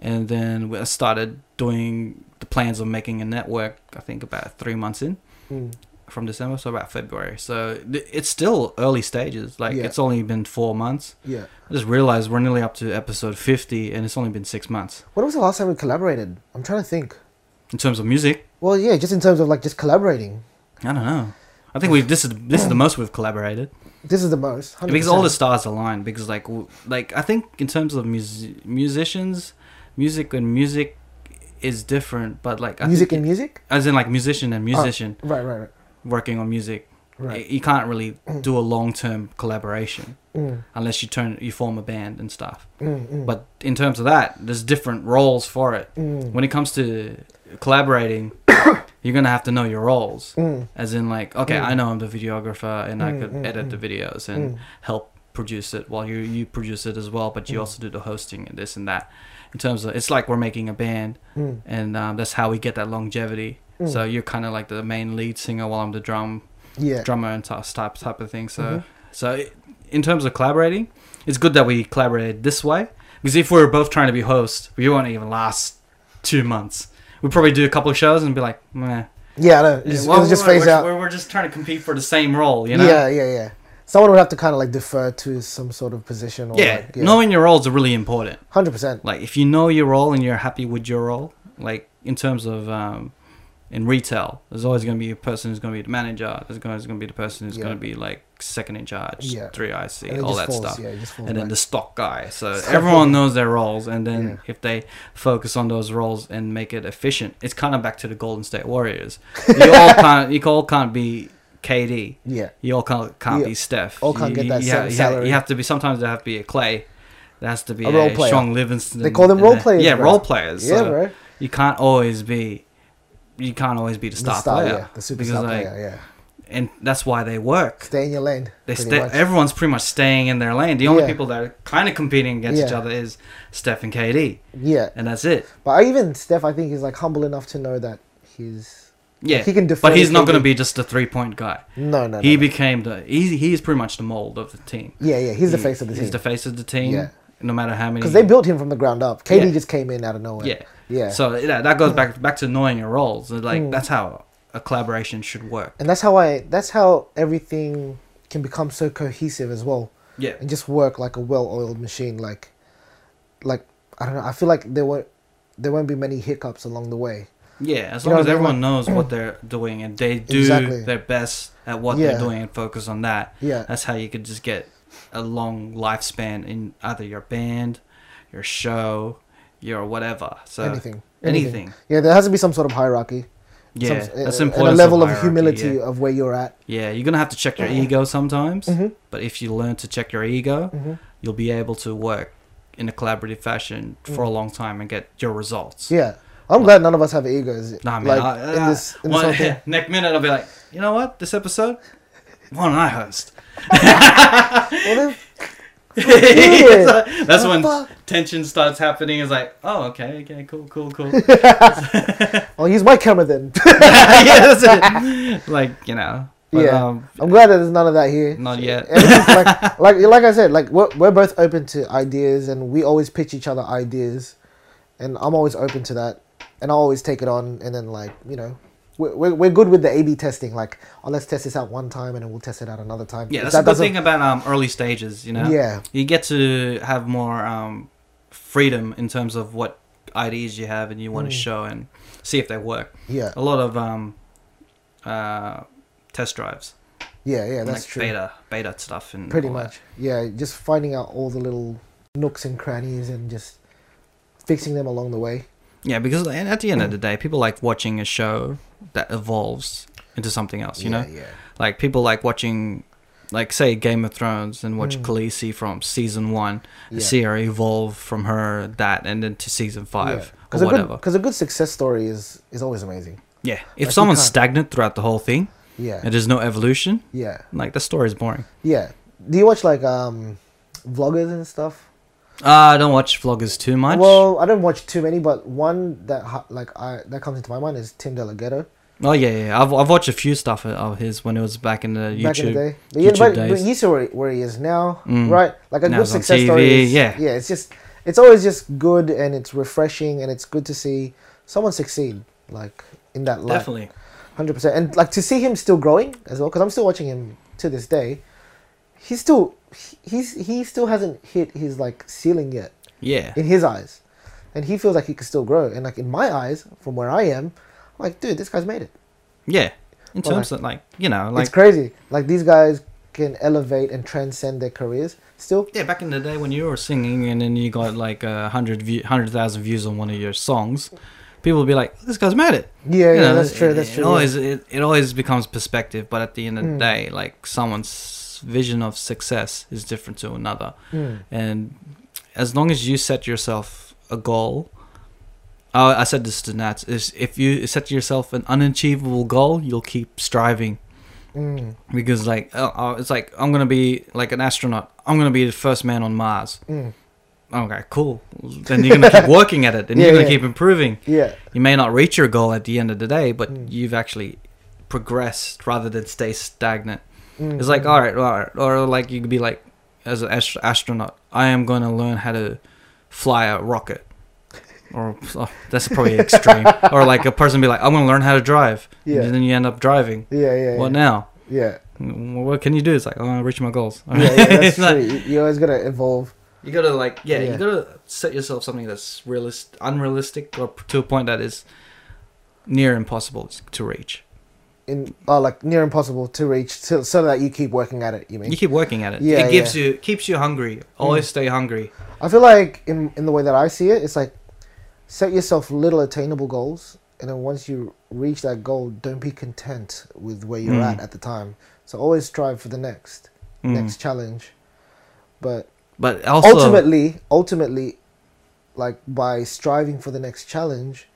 S2: and then we- I started doing the plans of making a network. I think about three months in
S3: Mm.
S2: from December, so about February. So th- it's still early stages. Like
S3: Yeah.
S2: it's only been four months.
S3: Yeah.
S2: I just realized we're nearly up to episode fifty, and it's only been six months
S3: When was the last time we collaborated? I'm trying to think.
S2: in terms of music.
S3: Well, yeah, just in terms of like just collaborating.
S2: I don't know. I think we've this is this
S3: Hmm.
S2: is the most we've collaborated
S3: This is the most. 100%.
S2: because all the stars align. Because like w- like I think in terms of mus- musicians, music and music is different. But like I
S3: music
S2: think
S3: and music.
S2: as in like musician and musician
S3: Right, right, right,
S2: working on music,
S3: right.
S2: y- you can't really do a long term collaboration
S3: Mm,
S2: unless you turn you form a band and stuff.
S3: mm, mm,
S2: But in terms of that, there's different roles for it.
S3: mm,
S2: When it comes to collaborating, you're gonna have to know your roles.
S3: mm,
S2: as in like okay
S3: Mm.
S2: i know i'm the videographer and i
S3: Mm,
S2: could
S3: mm,
S2: edit the
S3: mm.
S2: videos and
S3: mm.
S2: help produce it while you you produce it as well but you
S3: Mm.
S2: also do the hosting and this and that in terms of it's like we're making a band
S3: Mm,
S2: and um, that's how we get that longevity
S3: mm.
S2: so you're kind of like the main lead singer while i'm the drum
S3: yeah,
S2: drummer and t- type type of thing so
S3: Mhm.
S2: so it, in terms of collaborating it's good that we collaborated this way because if we were both trying to be hosts we won't even last two months we'd probably do a couple of shows and be like meh
S3: yeah, I know. Just,
S2: well,
S3: it'll just
S2: we're-
S3: phase
S2: we're,
S3: out.
S2: We're, we're just trying to compete for the same role, you know.
S3: Yeah, yeah, yeah. Someone would have to kind of like defer to some sort of position. Or
S2: Yeah,
S3: like, yeah.
S2: knowing your roles are really important.
S3: hundred percent.
S2: Like, if you know your role and you're happy with your role, like in terms of um, in retail, there's always going to be a person who's going to be the manager. There's always going to be the person who's
S3: Yeah.
S2: going to be like second in charge,
S3: Yeah.
S2: three
S3: And
S2: IC,
S3: it
S2: all
S3: just
S2: that
S3: falls,
S2: stuff.
S3: Yeah, it just falls
S2: And then
S3: back.
S2: the stock guy. So
S3: So-
S2: everyone knows their roles, and then
S3: Yeah.
S2: if they focus on those roles and make it efficient, it's kind of back to the Golden State Warriors. You all can't, you all can't be KD.
S3: yeah,
S2: You all can't, can't
S3: Yeah.
S2: be Steph.
S3: All can't
S2: you,
S3: get that
S2: you,
S3: same
S2: you
S3: salary.
S2: you have to be. Sometimes there have to be a Clay. There has to be
S3: A
S2: a,
S3: role player.
S2: strong Livingston.
S3: They call them
S2: and
S3: role
S2: a-
S3: players,
S2: Yeah,
S3: bro.
S2: role players.
S3: yeah,
S2: so
S3: bro.
S2: You can't always be. You can't always be the star,
S3: the star,
S2: player.
S3: yeah, the superstar
S2: because, like,
S3: player.
S2: and that's why they work.
S3: Yeah, stay in your lane.
S2: They
S3: pretty
S2: stay,
S3: much.
S2: everyone's pretty much staying in their lane. The only
S3: Yeah.
S2: people that are kind of competing against each
S3: Yeah.
S2: other is Steph and KD,
S3: yeah,
S2: and that's it.
S3: but I even Steph, I think, is like humble enough to know that he's
S2: Yeah,
S3: he can defer
S2: but
S3: to
S2: he's not
S3: KD.
S2: going to be just a three-point guy.
S3: no, no, no.
S2: he
S3: no.
S2: became the. He, he's pretty much the mold of the team.
S3: yeah, yeah. He's the
S2: He-
S3: face of the
S2: He's
S3: team
S2: the face of the team.
S3: Yeah.
S2: No matter how many.
S3: because they built him from the ground up. KD
S2: Yeah.
S3: just came in out of nowhere.
S2: Yeah.
S3: yeah.
S2: So yeah, that goes back back to knowing your roles. and, Like
S3: Mm.
S2: that's how a collaboration should work.
S3: and that's how I. That's how everything can become so cohesive as well.
S2: Yeah.
S3: and just work like a well-oiled machine. Like, like I don't know. I feel like there won't there won't be many hiccups along the way.
S2: Yeah. As long
S3: You know
S2: as
S3: what I mean?
S2: everyone knows what they're doing and they do
S3: Exactly.
S2: their best at what
S3: Yeah.
S2: they're doing and focus on that.
S3: Yeah,
S2: That's how you could just get a long lifespan in either your band, your show, your whatever. So
S3: anything,
S2: anything.
S3: Yeah, there has to be some sort of hierarchy.
S2: Yeah.
S3: some,
S2: that's
S3: uh,
S2: important.
S3: And a level of, humility
S2: Yeah.
S3: of where you're at.
S2: Yeah, you're gonna have to check your ego sometimes.
S3: Mhm.
S2: But if you learn to check your ego,
S3: Mm-hmm.
S2: you'll be able to work in a collaborative fashion for a long time and get your results.
S3: Mm. Yeah, I'm glad none of us have egos.
S2: Nah, man.
S3: like
S2: I, uh,
S3: in
S2: I-
S3: this, in this
S2: one-
S3: whole thing.
S2: next minute, I'll be like, you know what? This episode, why don't I host?
S3: Well, then,
S2: It's
S3: Weird.
S2: like- that's
S3: What
S2: when
S3: the fuck?
S2: tension starts happening. It's like, oh, okay, okay, cool, cool, cool.
S3: I'll use my camera then.
S2: yeah, that's it. Like you know, but,
S3: yeah.
S2: um,
S3: I'm glad that there's none of that here.
S2: not yet.
S3: Everything's like, like, like I said, like we're, we're both open to ideas, and we always pitch each other ideas, and I'm always open to that, and I always take it on, and then like you know, we're, we're, we're good with the A/B testing. Like, oh, let's test this out one time, and then we'll test it out another time.
S2: Yeah,
S3: If
S2: that's
S3: that
S2: the good
S3: doesn't-
S2: thing about um, early stages, you know?
S3: Yeah.
S2: You get to have more um, freedom in terms of what ideas you have and you want to show and see if they work.
S3: Mm. Yeah,
S2: A lot of um, uh, test drives.
S3: yeah, yeah. That's
S2: like
S3: true.
S2: Beta, beta stuff. and
S3: Pretty
S2: all that.
S3: much. Yeah, just finding out all the little nooks and crannies, and just fixing them along the way.
S2: Yeah, because and at the
S3: Mm.
S2: end of the day, people like watching a show that evolves into something else, you
S3: yeah,
S2: know?
S3: yeah.
S2: Like people like watching, like, say, Game of Thrones and watch
S3: Mm.
S2: Khaleesi from season one, and
S3: Yeah.
S2: see her evolve from her that and then to season five
S3: Because
S2: or
S3: a good
S2: whatever.
S3: because a good success story is is always amazing.
S2: Yeah. If
S3: Like, you
S2: someone's
S3: can't-
S2: stagnant throughout the whole thing
S3: Yeah,
S2: and there's no evolution,
S3: yeah,
S2: like the story's boring.
S3: yeah. Do you watch like um vloggers and stuff?
S2: Uh, I don't watch vloggers too much.
S3: Well, I don't watch too many, but one that ha- like I that comes into my mind is Tim Delgado
S2: oh yeah, yeah, yeah. I've, I've watched a few stuff of- of his when it was back in the YouTube.
S3: back in the day. But, yeah,
S2: YouTube
S3: but, but
S2: days.
S3: you see where, where he is now,
S2: Mm.
S3: right? Like a
S2: Now
S3: good
S2: he's on
S3: success
S2: TV,
S3: story. Is,
S2: yeah.
S3: yeah. It's just it's always just good and it's refreshing and it's good to see someone succeed like in that life.
S2: Definitely.
S3: Hundred percent, and like to see him still growing as well, because I'm still watching him to this day. He's still he- he's he still hasn't hit his like ceiling yet
S2: Yeah.
S3: in his eyes, and he feels like he could still grow. And like in my eyes, from where I am, I'm like, dude, this guy's made it.
S2: Yeah. In
S3: Well,
S2: terms of like you know like
S3: it's crazy. Like these guys can elevate and transcend their careers. Still,
S2: yeah back in the day when you were singing and then you got like a hundred view hundred thousand views on one of your songs, people would be like this guy's mad it.
S3: yeah,
S2: You
S3: yeah,
S2: know,
S3: that's true.
S2: it-
S3: That's true.
S2: It
S3: yeah.
S2: always it, it always becomes perspective, but at the end of the
S3: Mm.
S2: day, like someone's vision of success is different to another.
S3: Mm.
S2: And as long as you set yourself a goal, I I said this to Nats, is if you set yourself an unachievable goal, you'll keep striving
S3: Mm.
S2: because like uh, uh, it's like I'm gonna be like an astronaut. I'm gonna be the first man on Mars.
S3: Mm.
S2: Okay, cool. Then you're gonna keep working at it, and
S3: Yeah,
S2: you're gonna
S3: yeah.
S2: keep improving.
S3: Yeah,
S2: You may not reach your goal at the end of the day, but
S3: Mm.
S2: you've actually progressed rather than stay stagnant.
S3: Mm,
S2: It's like,
S3: mm.
S2: all right, all right. Or like you could be like, as an ast- astronaut, I am going to learn how to fly a rocket. Or oh, that's probably extreme. or like a person be like, I'm going to learn how to drive.
S3: Yeah.
S2: And then you end up driving.
S3: Yeah, yeah,
S2: What
S3: yeah.
S2: now?
S3: yeah,
S2: Mm, What can you do? It's like, oh, I reach my goals.
S3: yeah, yeah, that's
S2: It's like-
S3: true. You- You always gotta evolve.
S2: you gotta like, yeah,
S3: Yeah.
S2: you gotta set yourself something that's realist, unrealistic, or p- to a point that is near impossible s- to reach.
S3: in oh, like near impossible to reach so, so that you keep working at it you mean
S2: You keep working at it.
S3: Yeah,
S2: it gives
S3: yeah. Hmm.
S2: you keeps you hungry. Always stay hungry.
S3: i feel like in in the way that i see it it's like set yourself little attainable goals and then once you reach that goal don't be content with where you're
S2: Mm.
S3: at at the time so always strive for the next
S2: Mm.
S3: next challenge but
S2: But also,
S3: ultimately ultimately like by striving for the next challenge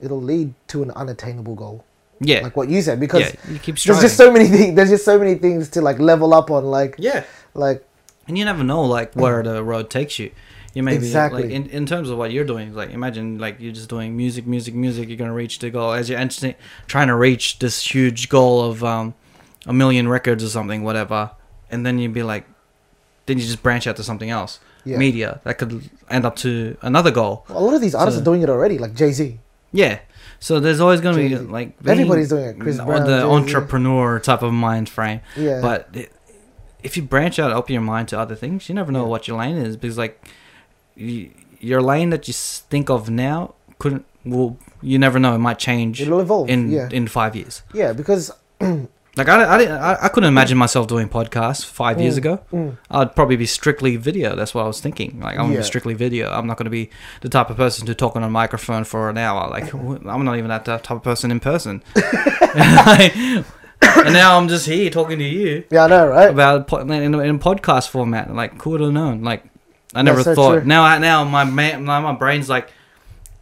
S3: it'll lead to an unattainable goal
S2: yeah,
S3: like what you said because
S2: yeah, you keep
S3: there's
S2: striving.
S3: just so many things there's just so many things to like level up on like
S2: yeah,
S3: like
S2: and you never know like where the road takes you. You may
S3: Mm-hmm. Exactly.
S2: be like in, in terms of what you're doing. Like imagine like you're just doing music, music, music. You're gonna reach the goal as you're ent- trying to reach this huge goal of um, a million records or something, whatever. And then you'd be like, then you just branch out to something else,
S3: Yeah.
S2: media that could end up to another goal.
S3: A lot of these artists
S2: So-
S3: are doing it already, like Jay Z.
S2: Yeah. So there's always gonna be
S3: Jay-Z.
S2: like
S3: Everybody's doing it. Chris
S2: on
S3: Brown,
S2: the
S3: Jay-Z.
S2: entrepreneur type of mind frame.
S3: Yeah.
S2: But it, if you branch out, open your mind to other things, you never know
S3: Yeah.
S2: what your lane is because, like, y your lane that you s- think of now couldn't. Well, you never know. It might change
S3: it'll evolve.
S2: in
S3: yeah,
S2: in five years.
S3: yeah, because
S2: Like I, I, didn't, I, I couldn't imagine myself doing podcasts five years ago.
S3: mm,
S2: I'd probably be strictly video. That's what I was thinking. Like I'm gonna
S3: Yeah.
S2: be strictly video. I'm not gonna be the type of person to talk on a microphone for an hour. Like wh- I'm not even that type of person in person. and now I'm just here talking to you
S3: yeah, I know, right?
S2: about po- in, in podcast format. Like could have known. Like I never
S3: That's so
S2: thought.
S3: true.
S2: Now I, now my man, now my brain's like.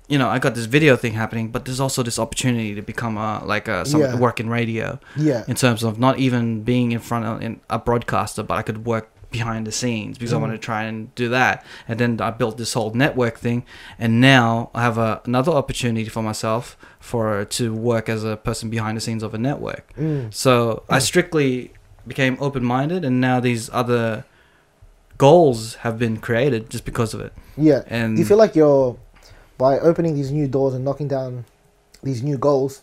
S2: You know, I got this video thing happening, but there's also this opportunity to become a like a some,
S3: Yeah.
S2: work in radio
S3: yeah,
S2: in terms of not even being in front of in a broadcaster, but I could work behind the scenes because I
S3: Mm.
S2: want to try and do that. And then I built this whole network thing, and now I have a, another opportunity for myself for to work as a person behind the scenes of a network.
S3: Mm.
S2: So I strictly became open minded, and now these other goals have been created just because of it.
S3: Yeah.
S2: And
S3: Do you feel like you're by opening these new doors and knocking down these new goals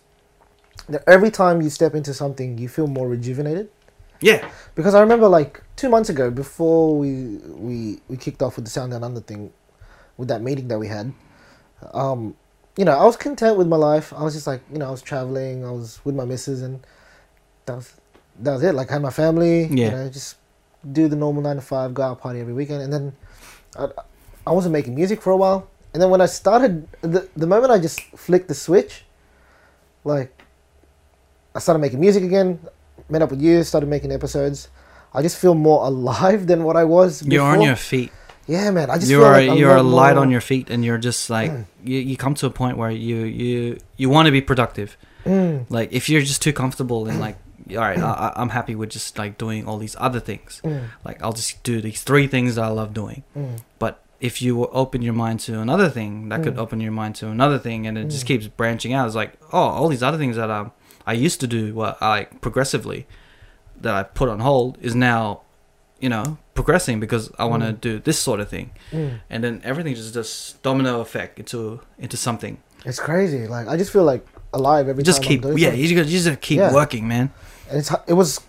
S3: that every time you step into something you feel more rejuvenated?
S2: yeah,
S3: Because I remember like two months ago before we we we kicked off with the Sound Down Under thing, with that meeting that we had, um, you know I was content with my life. I was just like you know I was traveling. I was with my missus and that was that was it. Like I had my family.
S2: Yeah.
S3: You know, just do the normal nine to five, go out party every weekend, and then I, I wasn't making music for a while. And then when I started, the the moment I just flicked the switch, like I started making music again, met up with you, started making episodes. I just feel more alive than what I was. Before.
S2: you're on your feet.
S3: yeah, man. I just
S2: you
S3: feel
S2: are
S3: like a
S2: you're a
S3: lot
S2: light
S3: more-
S2: on your feet, and you're just like you, you come to a point where you you you want to be productive.
S3: Mm,
S2: Like if you're just too comfortable and like all right, I, I- I'm happy with just like doing all these other things.
S3: mm,
S2: Like I'll just do these three things that I love doing.
S3: mm.
S2: But if you open your mind to another thing, that could
S3: Mm.
S2: open your mind to another thing, and it just
S3: Mm.
S2: keeps branching out. It's like oh, all these other things that um I used to do, what I progressively that I put on hold is now, you know, progressing because I want to
S3: Mm.
S2: do this sort of thing
S3: Mm.
S2: and then everything just this domino effect into into something.
S3: It's crazy. Like I just feel like alive every
S2: just
S3: time.
S2: keep,
S3: I'm doing
S2: yeah,
S3: something.
S2: you just, you just keep
S3: Yeah.
S2: working, man.
S3: And it's it was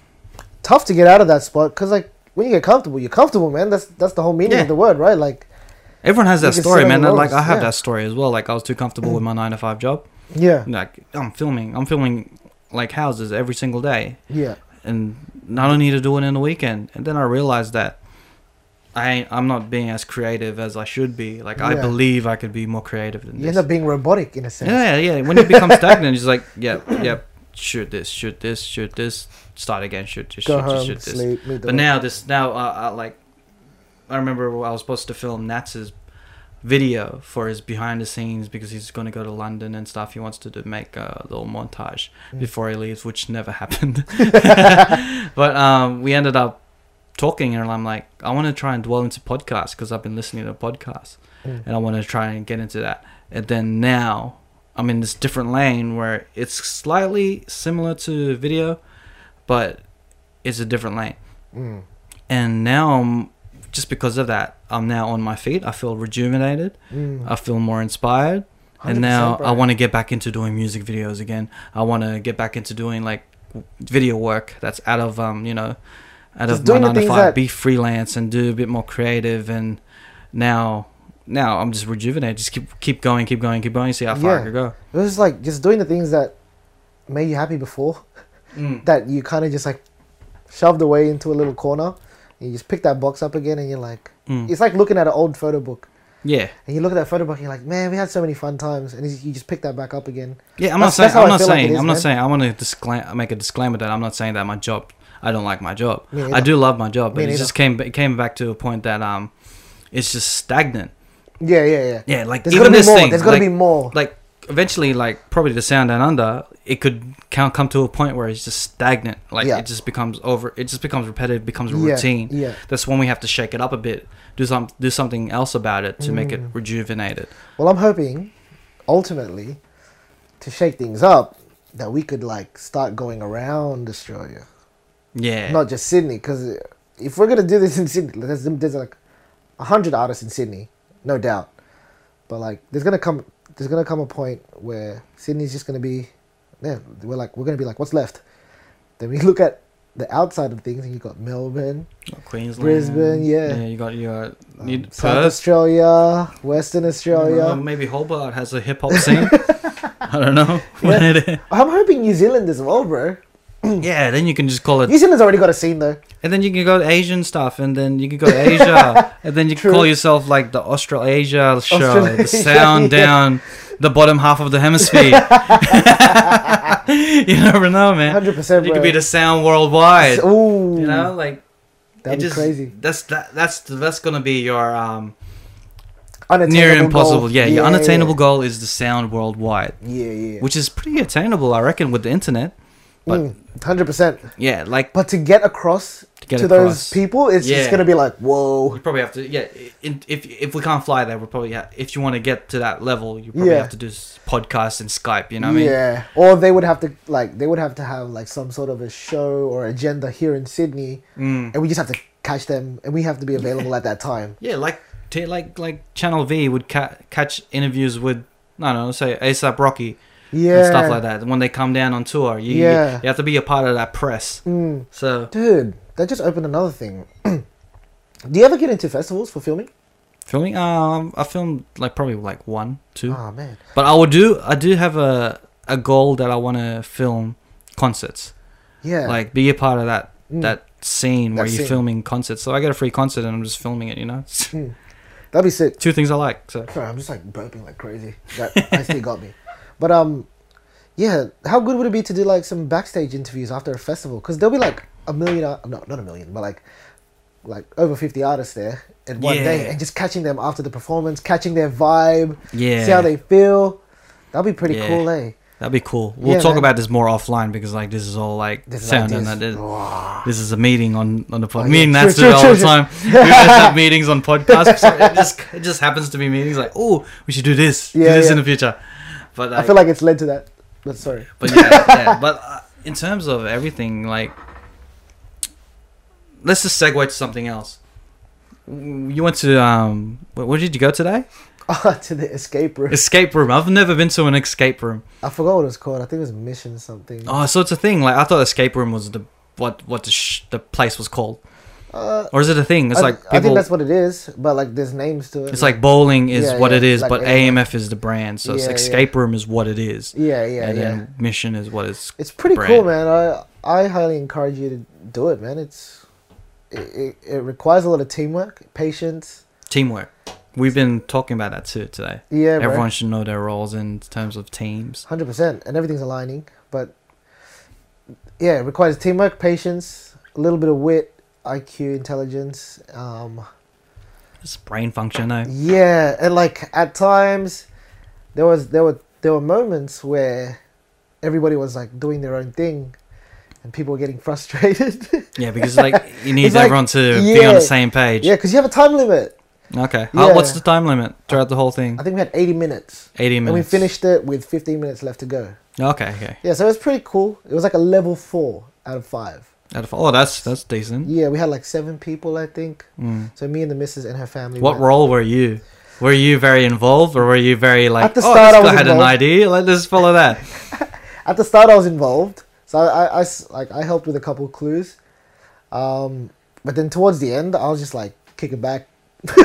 S3: tough to get out of that spot because like when you get comfortable, you're comfortable, man. That's that's the whole meaning
S2: Yeah.
S3: of the word, right? Like
S2: Everyone has
S3: You
S2: that
S3: can
S2: story,
S3: sit on
S2: man.
S3: the
S2: and, Like I
S3: lows,
S2: have
S3: yeah.
S2: that story as well. Like I was too comfortable with my nine to five job.
S3: yeah,
S2: Like I'm filming, I'm filming like houses every single day,
S3: yeah,
S2: and I don't need to do it in the weekend. And then I realized that I ain't, I'm not being as creative as I should be. Like I
S3: Yeah.
S2: believe I could be more creative than
S3: you
S2: this.
S3: end up being robotic in a sense.
S2: Yeah, yeah. When you become stagnant, it's like, yep, yep. Shoot this, shoot this, shoot this. Start again. Shoot this,
S3: Go
S2: shoot this,
S3: home,
S2: shoot this.
S3: sleep, meet the
S2: But now this now uh, uh, like I remember I was supposed to film Nats's video for his behind the scenes because he's going to go to London and stuff. He wants to do, make a little montage
S3: Mm.
S2: before he leaves, which never happened. but um, we ended up talking, and I'm like, I want to try and dwell into podcasts because I've been listening to podcasts,
S3: Mm.
S2: and I want to try and get into that. And then now I'm in this different lane where it's slightly similar to video, but it's a different lane
S3: Mm.
S2: and now I'm just because of that, I'm now on my feet. I feel rejuvenated.
S3: Mm.
S2: I feel more inspired, Uh, and now
S3: 100%, bro.
S2: I want to get back into doing music videos again. I want to get back into doing like w- video work that's out of um you know, out of
S3: Just
S2: my
S3: doing the
S2: nine to
S3: things
S2: five,
S3: that-
S2: be freelance and do a bit more creative. And now, now I'm just rejuvenated. Just keep keep going, keep going, keep going. See how far I
S3: Yeah.
S2: could go.
S3: It was like just doing the things that made you happy before that you kind of just like shoved away into a little corner. And you just pick that box up again, and you're like,
S2: Mm.
S3: it's like looking at an old photo book.
S2: Yeah,
S3: And you look at that photo book, and you're like, man, we had so many fun times. And you just pick that back up again.
S2: Yeah, I'm not
S3: That's- that's
S2: saying.
S3: how
S2: I'm
S3: I
S2: not
S3: feel like it
S2: saying.
S3: is,
S2: I'm not
S3: man.
S2: saying. I want to disclaim, make a disclaimer that I'm not saying that my job. I don't like my job.
S3: Me
S2: I
S3: neither.
S2: do love my job, but
S3: Me
S2: it
S3: neither.
S2: just came. It came back to a point that um, it's just stagnant.
S3: Yeah, yeah, yeah.
S2: Yeah, like
S3: There's
S2: even
S3: gotta be
S2: this
S3: more.
S2: thing.
S3: There's gotta
S2: like,
S3: be more.
S2: Like eventually, like probably the sound down under, it could count come to a point where it's just stagnant. Like
S3: Yeah.
S2: it just becomes over. It just becomes repetitive. Becomes a
S3: yeah,
S2: routine.
S3: Yeah.
S2: That's when we have to shake it up a bit. Do some do something else about it to make it
S3: Mm.
S2: rejuvenated.
S3: Well, I'm hoping, ultimately, to shake things up, that we could like start going around Australia,
S2: Yeah.
S3: not just Sydney. Because if we're gonna do this in Sydney, there's, there's like a hundred artists in Sydney, no doubt. But like, there's gonna come there's gonna come a point where Sydney's just gonna be, yeah, we're like we're gonna be like, what's left? Then we look at the outside of things, and you got Melbourne,
S2: Queensland.
S3: Brisbane, yeah.
S2: Yeah. You got your. You,
S3: um, South
S2: Perth.
S3: Australia, Western Australia.
S2: Uh, maybe Hobart has a hip hop scene. I don't know.
S3: I'm hoping New Zealand as well, bro.
S2: yeah, then you can just call
S3: New
S2: it,
S3: Zealand's already got a scene though.
S2: and then you can go to Asian stuff, and then you can go to Asia, and then you can
S3: True.
S2: call yourself like the Australasia show, the
S3: Australasia,
S2: sound
S3: yeah.
S2: down the bottom half of the hemisphere. you never know, man.
S3: Hundred percent.
S2: You could be the sound worldwide.
S3: Ooh,
S2: You know, like
S3: that'd
S2: it
S3: be
S2: just-
S3: crazy.
S2: That's that, that's that's gonna be your um near
S3: Unattainable
S2: impossible.
S3: goal.
S2: Yeah, your unattainable goal is the sound worldwide,
S3: Yeah, yeah.
S2: which is pretty attainable, I reckon, with the internet. But
S3: Mm, Hundred percent.
S2: yeah, like
S3: But to get across to,
S2: get
S3: those
S2: across.
S3: people, it's
S2: Yeah.
S3: just gonna be like, whoa.
S2: you probably have to yeah. in- If if we can't fly there, we will probably ha- if you want to get to that level, you probably
S3: Yeah.
S2: have to do s- podcasts and Skype. You know what I mean?
S3: Yeah. Or they would have to like they would have to have like some sort of a show or agenda here in Sydney,
S2: Mm.
S3: and we just have to catch them, and we have to be available at that time.
S2: Yeah, like t- like like Channel V would ca- catch interviews with I don't know, say ASAP Rocky
S3: Yeah.
S2: and stuff like that. When they come down on tour, you, you-
S3: Yeah.
S2: you have to be a part of that press.
S3: Mm.
S2: So
S3: Dude, that just opened another thing. Do you ever get into festivals for filming?
S2: filming, um, I filmed like probably like one, two,
S3: Oh man.
S2: but I would do. I do have a a goal that I want to film concerts,
S3: Yeah.
S2: like be a part of that
S3: Mm.
S2: that scene where
S3: That
S2: you're
S3: scene.
S2: filming concerts. So I get a free concert and I'm just filming it. You know,
S3: Mm. that'd be sick.
S2: two things I like. So
S3: Sorry, I'm just like burping like crazy. That actually got me. But um, yeah, how good would it be to do like some backstage interviews after a festival? Because there'll be like a million, ar- no, not a million, but like like over 50 artists there in one day,
S2: Yeah.
S3: and just catching them after the performance, catching their vibe,
S2: yeah,
S3: see how they feel. That'd be pretty
S2: Yeah.
S3: cool, eh?
S2: That'd be cool. We'll
S3: Yeah,
S2: talk
S3: man.
S2: about this more offline because like this is all like
S3: This is like
S2: sound and
S3: this.
S2: that uh, is-
S3: Wow.
S2: this is a meeting on on the
S3: Oh,
S2: podcast.
S3: yeah.
S2: Me and Nats do
S3: True,
S2: it
S3: true,
S2: all the
S3: true,
S2: time. we always have meetings on podcasts. So it just it just happens to be meetings like oh we should do this
S3: Yeah,
S2: do this
S3: yeah.
S2: in the future. But like,
S3: I feel like it's led to that. But sorry.
S2: but yeah, yeah. but uh, in terms of everything like let's just segue to something else. You went to um wh- where did you go today?
S3: Ah, to the escape room.
S2: Escape room. I've never been to an escape room.
S3: I forgot what it was called. I think it was Mission something.
S2: Oh, so it's a thing. Like I thought, escape room was the what what the sh- the place was called,
S3: Uh,
S2: or is it a thing? It's
S3: I,
S2: like people.
S3: I think that's what it is, but like there's names to it.
S2: it's like bowling is
S3: Yeah,
S2: what
S3: yeah,
S2: it is,
S3: like
S2: but
S3: AMF.
S2: AMF is the brand. So it's
S3: Yeah, yeah.
S2: escape room is what it is,
S3: yeah, yeah,
S2: and
S3: yeah.
S2: then mission is what it's.
S3: It's pretty
S2: brand.
S3: cool, man. I I highly encourage you to do it, man. It's it, it, it requires a lot of teamwork, patience.
S2: Teamwork. We've been talking about that too today.
S3: Yeah,
S2: Everyone should know their roles in terms of teams.
S3: hundred percent, and everything's aligning. But yeah, it requires teamwork, patience, a little bit of wit, IQ, intelligence. Um,
S2: It's brain function, though.
S3: yeah, and like at times, there was there were there were moments where everybody was like doing their own thing, and people were getting frustrated.
S2: Yeah, because like you need
S3: It's like-
S2: everyone to be on
S3: yeah.
S2: the same page.
S3: yeah, because you have a time limit.
S2: Okay. How-
S3: Yeah.
S2: what's the time limit throughout the whole thing?
S3: I think we had eighty minutes.
S2: Eighty minutes.
S3: And we finished it with 15 minutes left to go.
S2: Okay. Okay.
S3: Yeah, so it was pretty cool. It was like a level four out of five.
S2: Out of- Oh, that's that's decent.
S3: Yeah, we had like seven people, I think.
S2: Mm.
S3: So me and the missus and her family.
S2: What
S3: went.
S2: role were you? Were you very involved, or were you very like?
S3: At the
S2: oh,
S3: start,
S2: this guy
S3: I was
S2: had an
S3: involved."
S2: idea. Let us follow that.
S3: At the start, I was involved. So I, I- I s- like I helped with a couple clues, um, but then towards the end, I was just like kicking back.